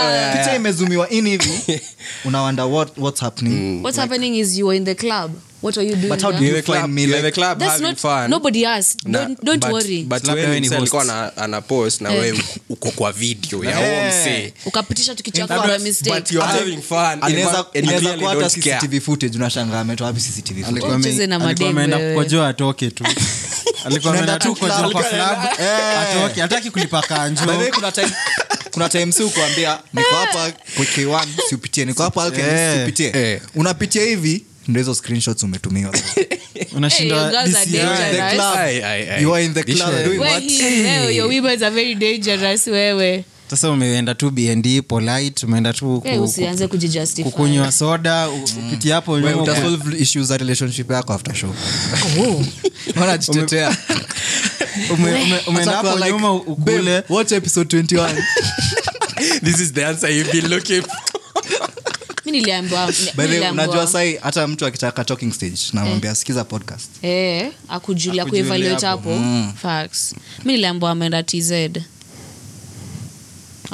Ah. picha imezumiwa in hivi unawanda what, what's happening Mm. what's happening is you are in the club what are you doing But how there? do You're the Find club- me you're like- the club That's having not- fun. nobody asked Na- don't, don't but- worry Eh. but Labda wewe wewe ni msee alikuwa host. ana- ana post na wewe uko kwa video ya huo Eh. msee. ukapitisha tukichako Labda- kwa but you're mistake having fun. Inaweza- And you inaweza clearly kuwa hata don't care. cctv footage unashangaa ametoa wapi cctv footage. Alikuwa ame- Ucheze na alikuwa mademu ameenda wewe. kukojoa atoke tu alikuwa Unaenda ameenda tu tu kukojoa club. kwa club atoke hataki kulipa By the kanjo way, kuna time- kuna timsi ukuambia niko hapa kwa K1, siupitie niko hapa Alchemist, Eh, siupitie eh. unapitia hivi ndo hizo screenshots umetumiwa Hey, unashinda you guys are DCI. dangerous. The club. Ai, ai, ai. You are in the club This doing one. what? Wewe hii, wewe, your women are very dangerous wewe sasa umeenda tu bnd polite umeenda tu ku- Eh, usianze kujijustify. kukunywa soda u- upitia hapo nyuma, uka- Mm. utasolve issues za relationship yako after show Oh. wanajitetea ume- ume- umeenda hapo nyuma u- ukule watch episode 21 this is the answer you've been looking for. Mi niliambiwa- mi by the way niliambiwa- unajua sai hata mtu akitaka talking stage namwambia sikiza podcast Eh, akujulia Akujulia kuevaluate hapo. hapo Mm. Facts. mi niliambiwa ameenda tz alikuwa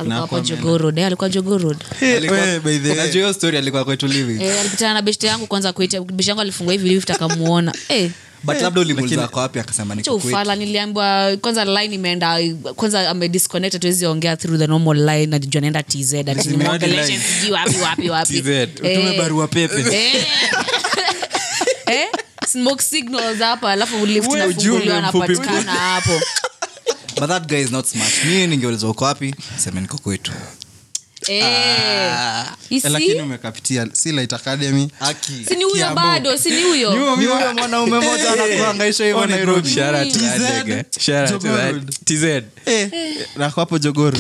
Na hapo hapo Jogoo Road, eh, alikuwa Jogoo Road. Alikuwa- Alikuwa- by the way. Unajua hiyo story alikuwa kwetu living Eh, alikutana na beshte yangu kwanza kuita beshte yangu alifungua hivi lift akamuona Eh, but labda ulimuuliza Lakini- kwa wapi akasema acha ufala niliambiwa kwanza line imeenda kwanza amedisconnect tuwezi ongea through the normal line alijua naenda tz ati Zimeadi nimeongelesha line. sijui wapi wapi wapi TZ, utume barua pepe Eh. Eh, smoke signals hapa alafu lift Wewe ujumbe inafunguliwa mfupi mfupi. anapatikana hapo but that guy is not smart mimi ningeuliza uko wapi sema niko kwetu Eh. You see? Ah. lakini umekapitia si light academy aki sini huyo Kiambu. bado sini huyo ni huyo mwanaume mmoja anakuangaisha Oh, hivyo Nairobi Shout out to that TZ. nigga. Shout out to that. Jogorud. TZ. Eh. Eh. rako hapo jogoro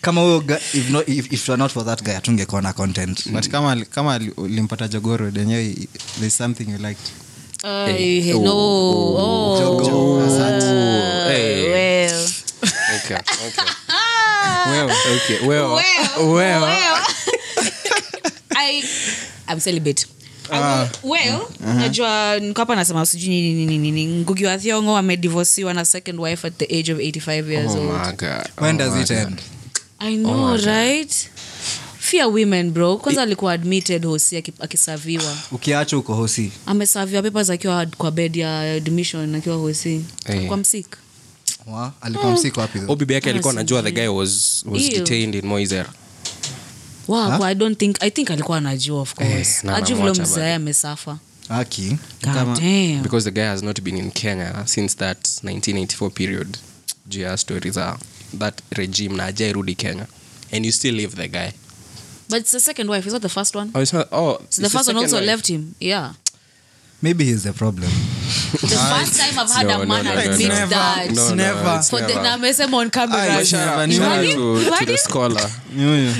kama huyo guy- if not- if- if you are not for that guy hatungekuwa na content but kama ali- kama ali- ulimpata jogoro denyewe there's something you liked Eh. Ay, no. Oh. Oh, hey. Eh. Well. Okay, okay. Well, okay, well, Well, well. well. I- I'm celibate. I Ah. will- well, Uh-huh. najua nikapa nasema sijui nini, nini, nini. ngugi wa thiongo amedivosiwa na second wife at the age of 85 years Oh old my oh God. when Oh does my it God. end i know right fear women bro kwanza alikuwa admitted hosi aki- akisaviwa ukiacha uko hosi amesaviwa papers akiwa kwa bed ya admission akiwa hosi Eh. kwa msik Wa, alikuwa msiko wapi Oh, bibi yake alikuwa Ah, anajua the sijui. guy was, was Ew. detained in moisera wow, huh? i don't think i think alikuwa anajua of course Eh, na Hajui vile anamwacha mzee bado. amesafa aki God Kama- damn. because the guy has not been in kenya since that 1984 period juu ya story za that regime na ajairudi kenya and you still leave the guy but it's the second wife is not the first one oh, it's not, oh, It's it's the first one second also wife. left him yeah maybe he is the problem the first time i've had No, a no, man no, admit no, no. that No, no, Never. it's for the never. na amesema on camera Ah, shut up. Shout Never. out Imagine- to- to the imagine- scholar. Ni huyo.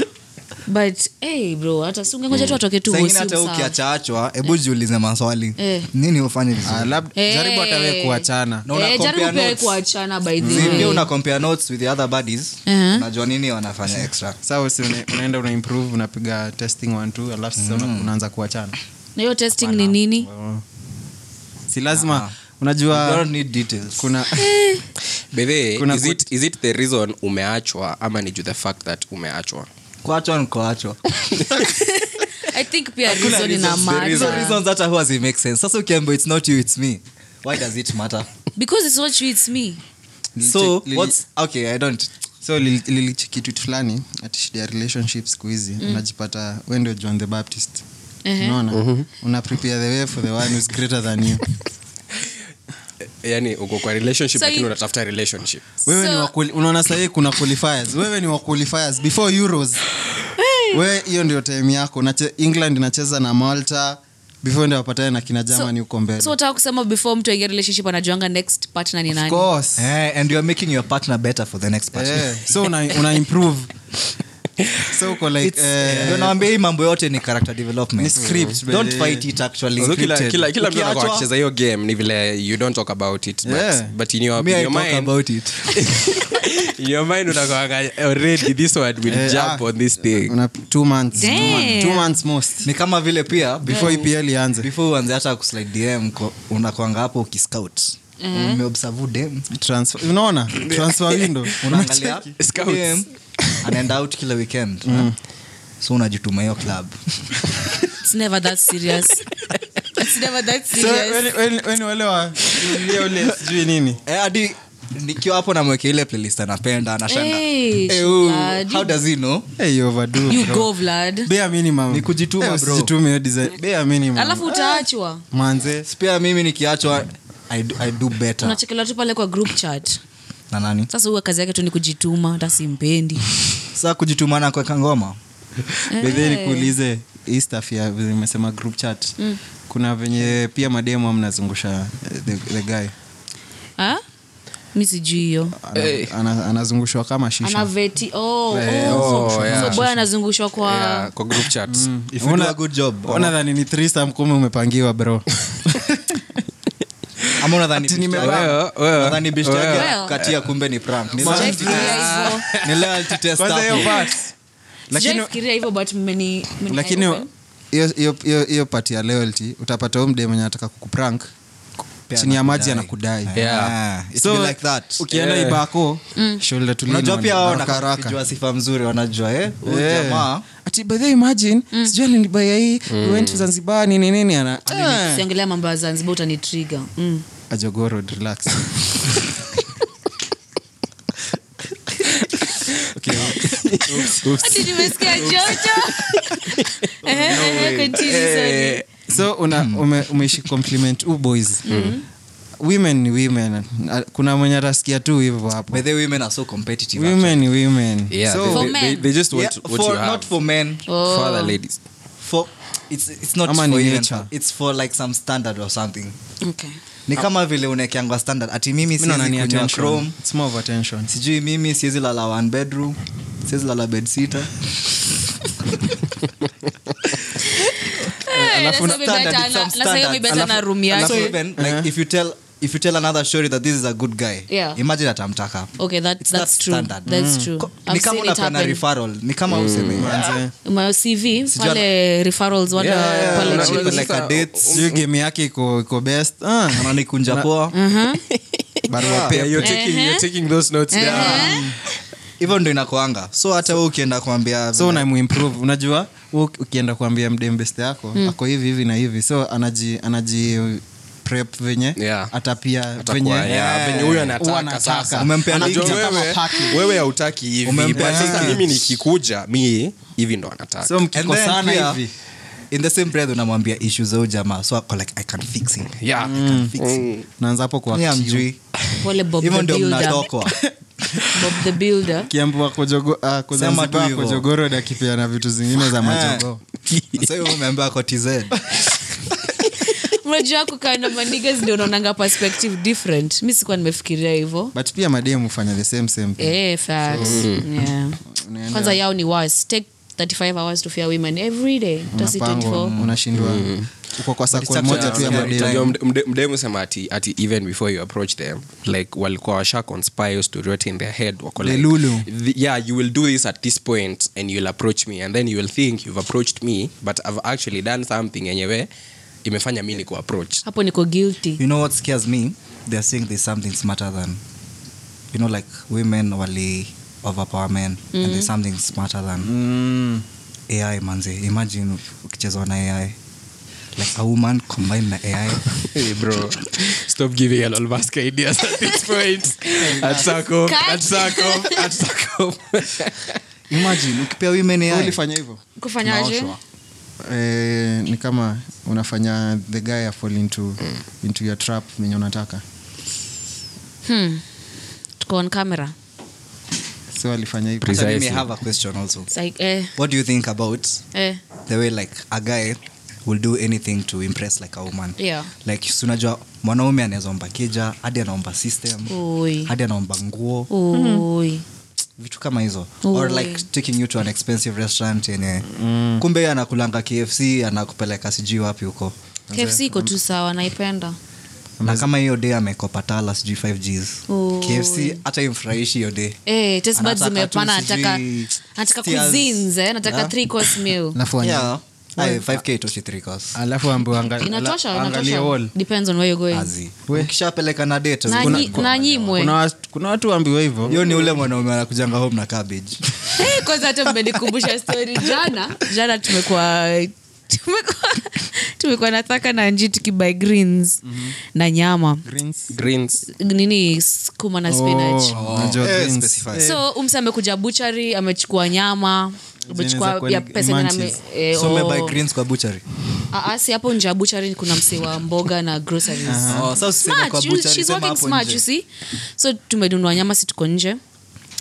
but hey bro hata si ungengoja tu atoke tu saingine hosi hata usawa. ukiachaachwa hebu jiulize maswali Eh. nini ufanye Ah, vizuri lab- jaribu hata Hey. wewe kuachana Na una Eh, jaribu compare pia notes. kuachana by the Si way. pia una compare notes with the other buddies Eh. Uh-huh. unajua nini wanafanya extra sawa si una- unaenda una improve unapiga testing one two alafu sasa una- unaanza kuachana na hiyo testing ni nini Oh. si lazima Ah. You unajua don't need details. kuna By the way, Kuna is good- it- is it the reason umeachwa ama ni juu the fact that umeachwa kuachwa ni kuachwa. i think pia reason ina There is a matter reasons hata huwa zi make sense sasa ukiambiwa its not you its me why does it matter because it's not you it's me so Lili- what's okay i don't so lili- lilichiki kitu fulani ati shida ya relationship siku hizi unajipata we ndio john the baptist Mm. Ehe. unaona Mhm. una prepare the way for the one who's greater than you yani uko kwa relationship So lakini you- unatafuta relationship wewe ni So- wa quali- unaona sahii kuna qualifiers wewe ni wa qualifiers before euros wewe hiyo ndio time yako Unache- england inacheza na malta before ndio wapatane na kina germany huko mbele so utaka kusema before mtu aingia relationship anajuanga next partner ni Of nani course. Eh, and you're making your partner better for the next partner Eh, so una, una improve so uko like It's- eh, ndio nawambia hii mambo yote ni character development Eh. Ni script, but- don't fight it actually So kila, Scripted. kila, kila mtu anakuwa Ukiachwa, akicheza hiyo game ni vile you don't talk about it but, Yeah. but in your, me, in I your talk mind about it. in your mind unakwanga already eh, this one will Eh, jump ah. on this thing una two months two months- two months most ni kama vile pia before epl ianze before uanze hata kuslide dm ko- unakwanga hapo ukiscout umeobserve dem Transfer- unaona transfer window unaangalia Unacheki. Scouts. DM, anaenda out kila weekend so unajituma hiyo club it's never that serious it's never that So, eh, serious weni- weni- weni wale wa- ule- ule sijui nini Eh, hadi nikiwa hapo namwekea ile playlist anapenda anashanga Hey, Eh, huyu, Vlad. how does he know Hey, you overdo, you bro. go vlad Bare minimum. Ni kujituma, Eh, bro. usijitume hiyo design. Bare minimum. alafu utaachwa manze pia mimi nikiachwa I do, I do better unachekelewa tu pale kwa group chat na nani sasa huwa kazi yake tu ni kujituma hata simpendi saa kujituma na kuweka ngoma bedhe nikuulize hii staff ya vile nimesema group chat Mm. kuna venye pia mademo mnazungusha eh, the, the guy Ha? Ah? mi sijui hiyo ana- Eh. ana- anazungushwa kama shisha anaveti oh, oh, oh, so- yeah. so boy anazungushwa kwa yeah, kwa group chats If you do a good job, unadhani ni threesome kumbe umepangiwa bro ama unadhani Ati beach nime- yake- Wewe, wewe, unadhani beach yake wewe. ya kukatia kumbe ni prank. Ni leo- Sijaifikiria hivyo. ni leo altitest Kwanza hiyo hapo. part. Lakini- Sijaifikiria hivyo but mmeni- mmeni- lakini open. hiyo- hiyo- hiyo- hiyo pati ya loyalty utapata umde mwenye anataka kukuprank chini ya maji anakudai Yeah, it So, Ah, be like that. ukienda Yeah. ibako shoulder to lean unajua on, pia wao haraka wanataka haraka. kujua sifa mzuri wanajua eh? Huyu Yeah. jamaa Mm. Ati, by the way, imagine, sijui alinibaya hii we went to zanzibar nini nini ana Ah. Eh. Usiongelea mambo ya zanzibar utanitriga mm. ajogorod relax Ati nimesikia jojo Ehe, ehe, Eh, continue, sorry. so una Mm. ume, umeishi compliment u boys women ni women Na- kuna mwenye atasikia tu hivyo hapo by the way, women are so competitive women ni women yeah so, they, For they, they, men. they just actually. want Yeah, what you for- have not for men Oh. for other ladies for it's, it's not Ama for ni even nature. Ah. for- it's for like some standard or something Okay. ni kama vile unaekeangwa standard ati mimi mi naona siwezi ni kunywa attention. chrome It's more of attention. sijui mimi siwezi lala one bedroom siwezi lala bed sita Eh, Alafu nasema standard, better it's some ana- nasema hiyo standard. better ana room so yake even like if you tell if you tell another story that this is a good guy Yeah. imagine atamtaka Okay, that- It's that's that true. standard. That's true. Ko- I've ni kama seen it unapeana happen. referral ni kama useme Manze. Ma CV, pale referrals wale Yeah, yeah, pale una- chini. una- like a date sijui game yake iko iko best ah, ananikunja poa Uh-huh. barua pepe. yeah, you're taking you're taking those notes Uh-huh. down. hivyo ndo inakoanga so hata we ukienda kuambia so unamuimprove unajua wewe uki- ukienda kuambia mdem best yako ako hivi hivi na hivi so anaji anaji prep venye Yeah. atapia Atakuwa, venye yeah, venye huyu anataka sasa. Umempea Anajua link. Ndio Kitu kama wewe- package. wewe hautaki hivi Umempea but sasa link. mimi nikikuja mi hivi ndo anataka so And then mkikosana pia, hivi in the same breath unamwambia issues za huyu jamaa so ako like i can fix him yeah. Mm. naanza hapo Ni kwa amjui Wale Bob hivyo the ndio Builder. mnatokwa Bob the Builder. kiambua ah, Sema tu hivyo. kojogoro akipia na vitu zingine za majogoo Sasa hiyo umeambiwa ako TZ. unajua kukaenda manigas ndio unaonanga perspective different mi sikuwa nimefikiria hivyo but pia mademu hufanya the same same thing. Eh, facts. Yeah. Unaenda- kwanza yao ni worse. take 35 hours to fear women every day Just unapangwa 24. unashindwa uko kwa sakol it's moja actually tu ya a scary mademu Unajua mde- mde- mdemu sema ati ati even before you approach them like walikuwa washa conspire hiyo story yote in their head wako like, Lelulu. "Th- yeah you will do this at this point and you'll approach me and then you will think you've approached me but i've actually done something yenyewe imefanya mi niku approach hapo niko guilty you know what scares me they're saying there's something smarter than you know like women wali overpower men and there's something smarter than Mm. ai manze imagine ukichezwa na ai like a woman combined na ai hey bro stop giving Elon Musk ideas at this point at Sarkov at Sarkov at Sarkov imagine ukipea women ai ulifanya hivyo kufanyaje eh, ni kama unafanya the guy fall into, Hmm. into your trap venye unataka hmm. tuko on camera so alifanya hivyo So let me Precisely. have a question also It's like, eh, what do you think about eh, the way like a guy will do anything to impress like a woman yeah. like si unajua mwanaume anaweza omba kija hadi anaomba system Mm. Oi. hadi anaomba nguo Oi. vitu kama hizo Oi. or like taking you to an expensive restaurant yenye Mm. kumbe yeye anakulanga kfc anakupeleka sijui wapi huko kfc iko tu sawa naipenda na kama hiyo day amekopa tala sijui 5 gs Oi. kfc hata imfurahishi hiyo day Eh, taste buds Anataka zimepana tu nataka sijui nataka steers. cuisines, eh, nataka Yeah. three course meal alafu anya- Yeah. Aye, 5k toshi 3 course alafu ambiwe anga- inatosha ala- angalie inatosha wall. depends on where you're going azi We. ukishapeleka na date Na kuna- nyi- na nyimwe kuna, wat- kuna watu waambiwe hivyo hiyo ni ule mwanaume anakujanga home na cabbage Eh, kwanza hata mmenikumbusha story jana jana tumekuwa tumekuwa tumekuwa nataka na nji tukibuy greens Mhm. na nyama greens nini skuma na spinach Oh, unajua Eh, greens. specify. so umse amekuja buchari amechukua nyama Zinaweza amechukua kuwa ya ni pesa ingine ame- munchies. eh, so umebuy oh. greens kwa butchery Ah, ah, si hapo nje ya buchari kuna msee wa mboga na groceries Oh, sasa usiseme Smart, kwa you- butchery, she's sema working hapo smart, nje. you see. so tumenunua nyama si tuko nje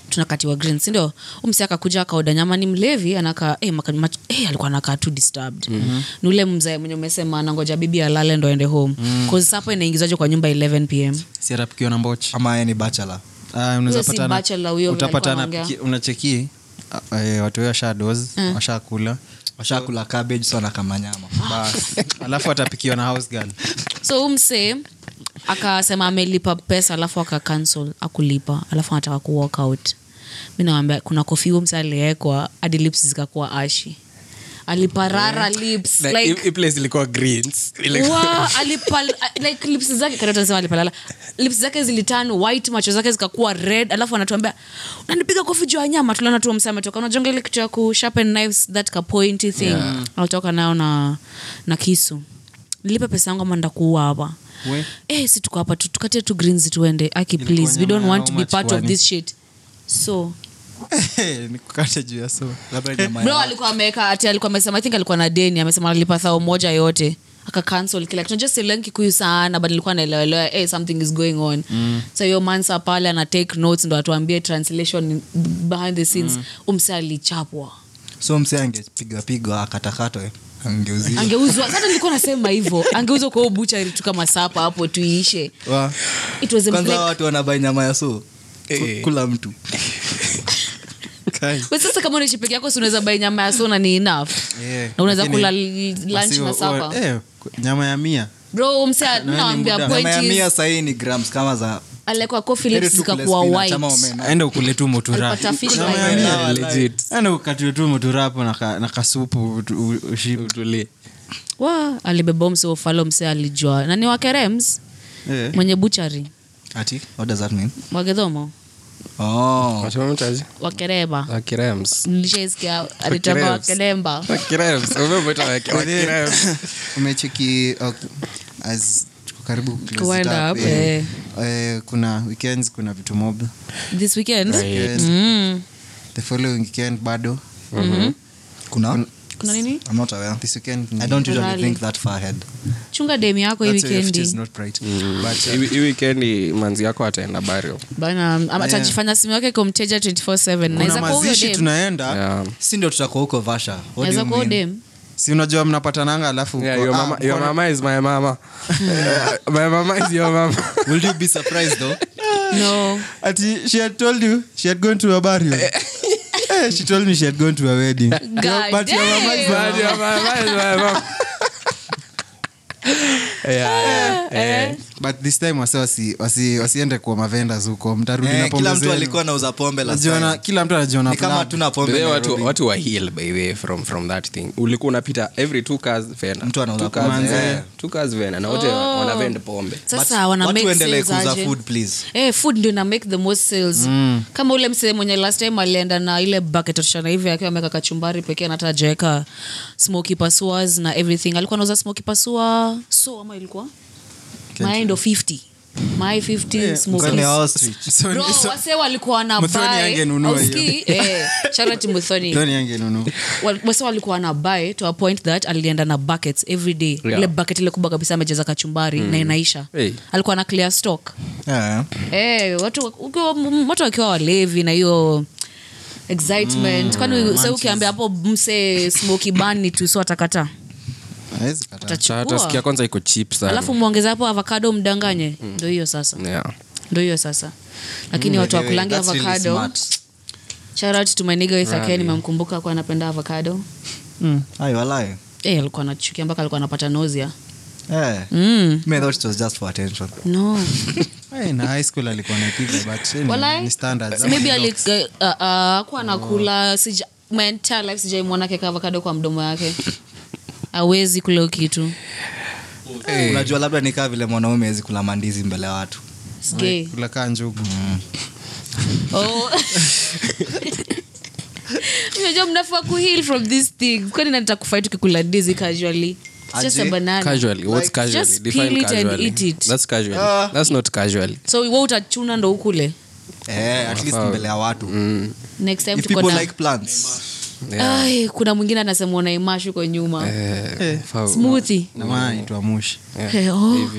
tunakatiwa green sindio umsi akakuja akaoda nyama ni mlevi anaka eh, maka, mach, eh, alikuwa anakaa tu disturbed Mhm. mm-hmm. ni ule mzae mwenye umesema anangoja bibi alale ndo aende home mm. sapo inaingizwaje kwa nyumba 11 pm si hata pikiwa na mbochi ama yeye ni bachelor Ah, unaweza Huyo si patana- bachelor, huyo alikuwa utapatana anaongea. piki- unacheki ah, eh, watu wao shados Hmm. washakula washakula cabbage so anakama nyama Ah. basi alafu watapikiwa na house girl so huyu msee akasema amelipa pesa alafu akakansel akulipa alafu anataka kuwalk out mi nawambia kuna kofiu mse aliwekwa hadi lips zikakuwa ashi aliparara lips like, ilikuwa greens Ilikuwa- Wow, alipal- like lips zake kadotasema alipalala lips zake zilitan white macho zake zikakuwa red alafu anatuambia unanipiga kofi juu ya nyama tuliona tu msa ametoka unajonga ile kitu ya ku sharpen knives that kapointi thing yeah. alitoka nayo na, na kisu nilipe pesa yangu ama ndakuua hapa We. eh, si tuko hapa tu tukatie tu greens tuende aki Ilikuwa please we don't nyama ya want to how be much part of kwani? this shit so ni kukata juu ya so labda nyama bro ya- alikuwa ameweka ati alikuwa amesema i think alikuwa na deni amesema alilipa thao moja yote akakansel kila kitu najua silen kikuyu sana but nilikuwa naelewelewa hey, something is going on mm. so hiyo mansa pale ana take notes ndo atuambie translation behind the scenes mm. umse alichapwa so mse angepigwapigwa akatakatwe angeuzia angeuzwa sasa nilikuwa nasema hivyo angeuzwa kwa ubuchari tu kama sapa hapo tuiishe Wa- it was a kwanza black- watu wanabai nyama ya so Eh. kula mtu Kai. Wewe sasa kama unaishi peke yako si unaweza bai nyama ya sona ni enough Eh, Yeah. na unaweza Lakini- kula l- lunch Wasi- na wa- oh, sapa eh, ku- nyama ya mia bro mse nawambia nyama ya point mia is sahii ni grams kama za alikuwa kofi very lips two plus zikakuwa spinach white ama omena. aenda ukule tu motura Alipata fish Nyama fry. ya mia, Legit. legit. aenda ukatiwe Yaani tu motura hapo na ka- na kasupu utu- u- ushi- Utulie. wa alibeba mse ufalo mse alijua nani wakerems Eh. mwenye buchari ati what does that mean wagedhomo oh Wachometaji? wakereba Wakirems. nilishaisikia alitamba Wakerems. wakelemba Wakirems. Umemwita wake- wakirems. umecheki okay, as tuko karibu kuclose it Kuenda up, up, eh, eh, kuna weekends kuna vitu mob this weekend Weekends, mm. the following weekend bado Mm-hmm. kuna Mm-hmm. kuna nini i'm not aware this weekend i don't usually Rally. think that far ahead chunga demu yako hii That's why if it is wikendi not right. But, uh, Hii- hii wikendi manzi yako ataenda bario bana am- atajifanya simu yake komteja 247 kuna naweza kuwa huyo mazishi dem tunaenda yeah. si ndio tutakuwa huko vasha What do naweza you kuwa huyo mean? dem si unajua mnapatananga alafu Yeah, your Ah, mama, your mbona- mama is my mama. my mama is your mama. will you be surprised though no ati she had told you she had gone to a burial Eh, she told me she had gone to a wedding Your- but your mama is But your mama is my mama. Yeah, yeah, yeah. but this time wase wasi, wasi, wasiende kuwa mavendas huko mtarudi na eh, pombe kila mtu zenu. alikuwa anauza pombe last Anajiona- time. kila mtu anajiona ni kama plug. tuna By pombe the way, watu- Nairobi. watu wa heal by the way from, from that thing ulikuwa unapita every two cars vena Mtu anauza Two cars pombe. vena. Yeah. Two cars vena na wote Oh. wana vend pombe sasa wana Watu make waendelee sales kuuza aje? food please Eh, food ndio ina make the most sales mm. kama ule msee mwenye last time alienda na ile bucket ocean hivi akiwa ameweka kachumbari pekee na hata hajaweka smoky pasuas na everything alikuwa anauza smoky pasua so ama ilikuwa mayai ndo 50 mayai 50 smokies. Mkono ya Wall Street. So- Bro, so- wasee walikuwa Muthoni angenunua hiyo. Eh, wanabaemuthoni Don't yangenunua. Wal- wase walikuwa na buy to a point that alienda na buckets every day Yeah. yeah. ile bucket ile kubwa kabisa amejeza kachumbari mm. na inaisha Hey. alikuwa na clear stock yeah. hey, Eh, watu, ukiwa, m- watu wakiwa walevi na hiyo excitement mm, kwani se ukiambia hapo mse smoky bani tu so atakata Hawezi kataa. tasikia atachukua kwanza iko chip sana alafu mwongeze hapo avocado mdanganye Mm. ndo hiyo sasa yeah. ndo hiyo sasa lakini watu Anyway, wakulangi that's really avocado smart. Ah, shout out to my nigga Ithake Right. nimemkumbuka kwa anapenda avocado Ai, walai. eh alikuwa anachukia mpaka alikuwa anapata nausea Eh. mm. Me thought it was just for attention. no Eh, na high school alikuwa anaipiga, but, eh, ni- Walai. ni standards. maybe ali- uh, uh, kuwa nakula sija my entire life sijaimwona keka avocado kwa mdomo yake awezi kula hiyo kitu unajua labda nikaa vile mwanaume awezi kula mandizi mbele ya watu Sgay. Kula kaa njugu Oh. unajua mnafaa kuheal from these things kwani natakufaiti ukikula dizi casually It's just a Aje, banana casually what's Like, casually just define peel it and casually eat it. that's casually that's not casually so we utachuna ndo ukule eh, at least mbele ya watu next time if Mm. tuko people na like plants yeah. Ai, kuna mwingine anasema unaimash huko nyuma Eh, fa- smoothie na maana anaitwa mushi Eh, oh.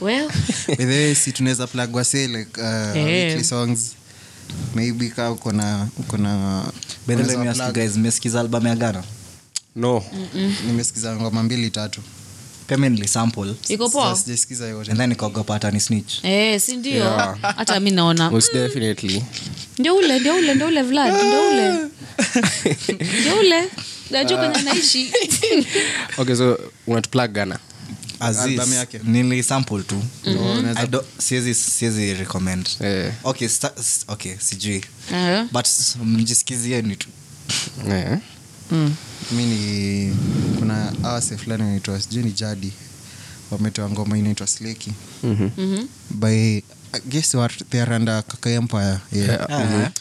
well By the way, si tunaweza plug wasee, like, uh, Eh. weekly songs maybe ka uko na uko na unaweza plug. bedhemesikiza album ya gana no nimesikiza ngoma mbili tatu pia mi nilisample iko Sasa poa sijaisikiza yote and then nikaogopa hata ni snitch Eh, si ndio hata mi naona most definitely ndio ule ndio ule ndio ule vlad ndio ule ndio ule najua kwenye naishi okay so unatuplug gana Aziz, Album yake. Mm-hmm. nilisample tu Unaweza- I don't- siwezi siwezi recommend Eh. okay, sta- s- okay sijui Eh. but s- mjisikizieni tu yeah. mi ni kuna awase fulani inaitwa sijui ni jadi wametoa ngoma inaitwa sleki Mhm. by I guess they are- they are under kaka empire yeah.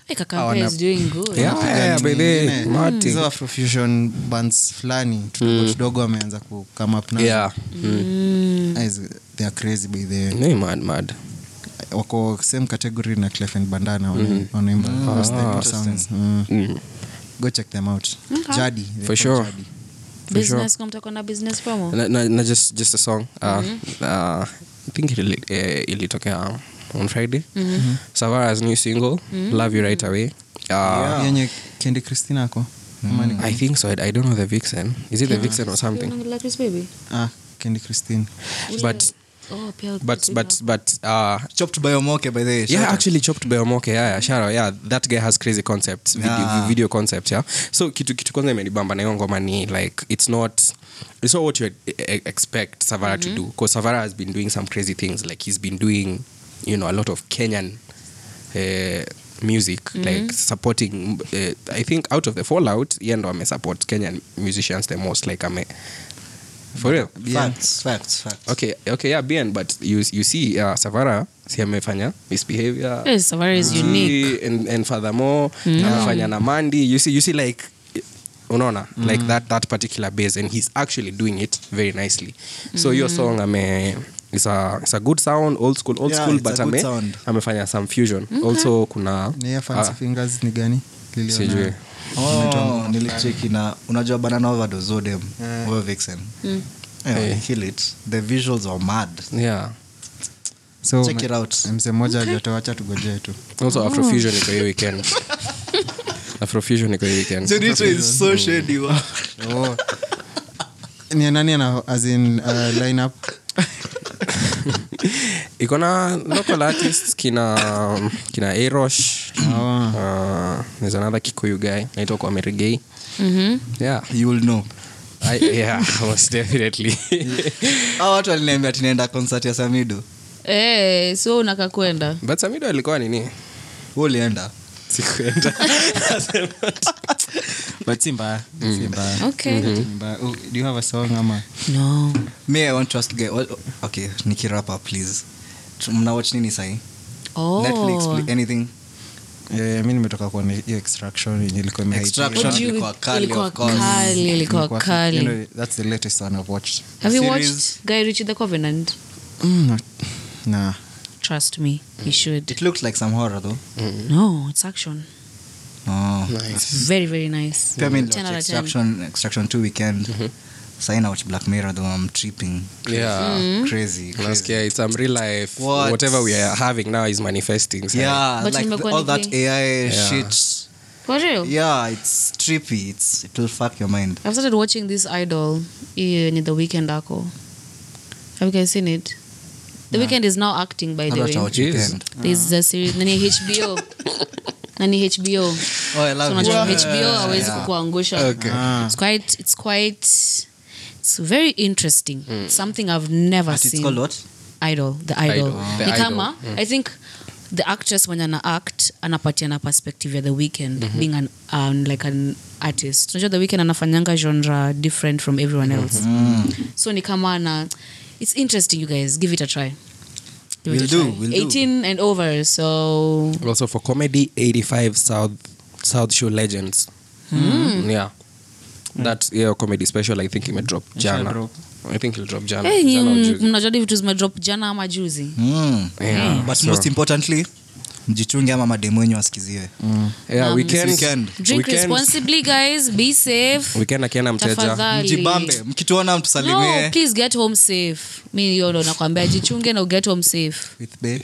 Eh, kaka Mpe is doing good Yeah, Uh-huh. Mm. yeah, by the way, Martin. hizo afrofusion bands fulani tudogo tudogo wameanza ku come up now. Mm. Yeah. Mm. Guys, they are crazy by the way. No, you mad, mad. wako same category na Clef and bandana wana- Mm-hmm. wanaimba Those type of songs. Mm. Mm. go check them out Okay. jadi they For call sure. jadi. business kama mtakuwa na business promo Na, na, na just, just a song. Uh, Mm-hmm. uh, I think it, uh, ilitokea on Friday. Mm-hmm. Savara's new single, Love You Right Away. Uh, yenye kendi christina ako Ama ni- I think so. I, I don't know the vixen. Is it the vixen or something? Like this baby. Mm. ah, kendi christine But Oh, pia but but but uh chopped by omoke by the way, yeah shout out. actually chopped by omoke yeah, yeah shout out yeah that guy has crazy concepts video, Yeah. video concepts yeah so kitu kitu kwanza imenibamba na hiyo ngoma ni like it's not it's not what you e- e- expect savara to do because savara has been doing some crazy things like he's been doing you know a lot of kenyan uh, music like supporting uh, i think out of the fallout ye ndo amesupport kenyan musicians the most like ame for real Facts, facts, facts. okay okay yeah bien but you, you see uh, savara si amefanya misbehavior Yes, Savara Eh, is Si- unique. Mm. and, and furthermore amefanya na mandi you see, you see like unaona Mm. like that, that particular base and he's actually doing it very nicely so Mm. your song ame it's a, it's a good sound old school old Yeah, school it's but a good ame, sound. amefanya some fusion also kuna ni ya fancy ah, fingers ni gani Niliona- sijui Oh, nilicheki na unajua banana overdose odem over vixen Anyway, Eh. kill it the visuals are mad yeah so Check ma- it out. mse mmoja aliotoacha tugojee tu also afrofusion iko hiyo weekend afrofusion iko hiyo weekend oh. ni nani ana as in uh, line up iko na local artists kina um, kina arosh Ah. uh, there's another kikuyu guy naitwa kwa merigei Mm-hmm. yeah you will know I, yeah most definitely Hao watu waliniambia tinaenda concert ya samido Eh, so unaka kwenda but samido alikuwa nini hu ulienda sikuenda but si mbaya si mbaya Okay. Ni mbaya. Oh, do you have a song ama No. me i won't trust guy what- okay nikirapa please Tu- mnawatch nini sahi Oh. netflix pl- anything eh, mi nimetoka kuona hiyo extraction yenye ilikuwa ime- Extraction. Would you- Ilikuwa kali, ilikuwa of course. kali, ilikuwa Ilikuwa- kali. you know, that's the latest one i've watched Have you Series. watched Guy Ritchie The Covenant? mm, not- nah Trust me, you should. it looked like some horror though Mm. No, it's action. oh. nice It's very, very nice. pia mi niliwatch 10 out of 10. extraction extraction two weekend sahi nawatch black mirror though i'm tripping yeah crazy, crazy. Nasikia, it's some real life What? whatever we are having now is manifesting so. yeah But like nimekuwa all that nikiangalia. ai Yeah. shit For real? yeah it's trippy it's it will fuck your mind I've started watching this idol in the weekend ako. Have you guys seen it? The weekend is now acting by the Hata way. watch Jeez. weekend. There's a series Ah. nani HBO. nani HBO. Oh, I love So it. unajua Yeah. hbo hawezi Yeah. kukuangusha it's quite it's quite it's very interesting something i've never But it's seen called what? idol the Idol. idol The ni Idol. Mm. kama i think the actress mwenye ana act anapatiana perspective ya the weekend Mhm. being an, um, like an artist unajua the weekend anafanyanga genre different from everyone Mhm. else Mm. so ni kama ana it's interesting you guys give it a try Give it Will a do, try. will do. 18 and over so also for comedy 85 south south show legends yeah that yeah, comedy special i think imedrop jana drop. i think it'll drop jana, hey, mm, jana or Tuesday. mnajua hadi vitu zimedrop jana ama juzi Mm. Yeah, but so- most importantly mjichunge ama mademu wenyu wasikiziwe yeah, Um, weekend, Weekend. drink weekend, responsibly guys be safe weekend akienda mteja Tafadhali. mjibambe mkituona no mtusalimie please get home safe mi hiyo ndo nakwambia jichunge na uget home safe with babe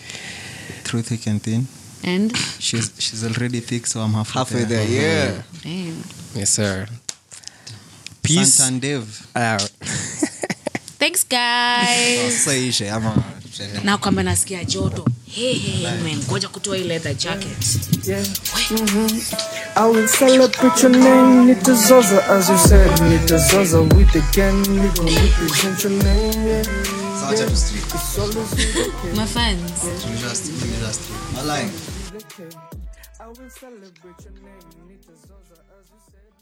through thick and thin and she's she's already thick so i'm halfway, halfway there, Mm-hmm. there yeah damn. Yes, sir. Peace. Peace Uh, Santa and Dave. out. thanks guys Sasa ishe ama na kwamba nasikia joto Hey, hey, man, ngoja kutoa hii leather jacket Yeah. Mm-hmm. I will celebrate your name, Nita Zaza, as you said, Nita Zaza with the gang, we gon' represent your name. Yeah. Sasa acha tu streak. It's always with the my fans Tumejua streak, tumejua streak. Malaika. gang. I will celebrate your name, Nita Zaza, as you said.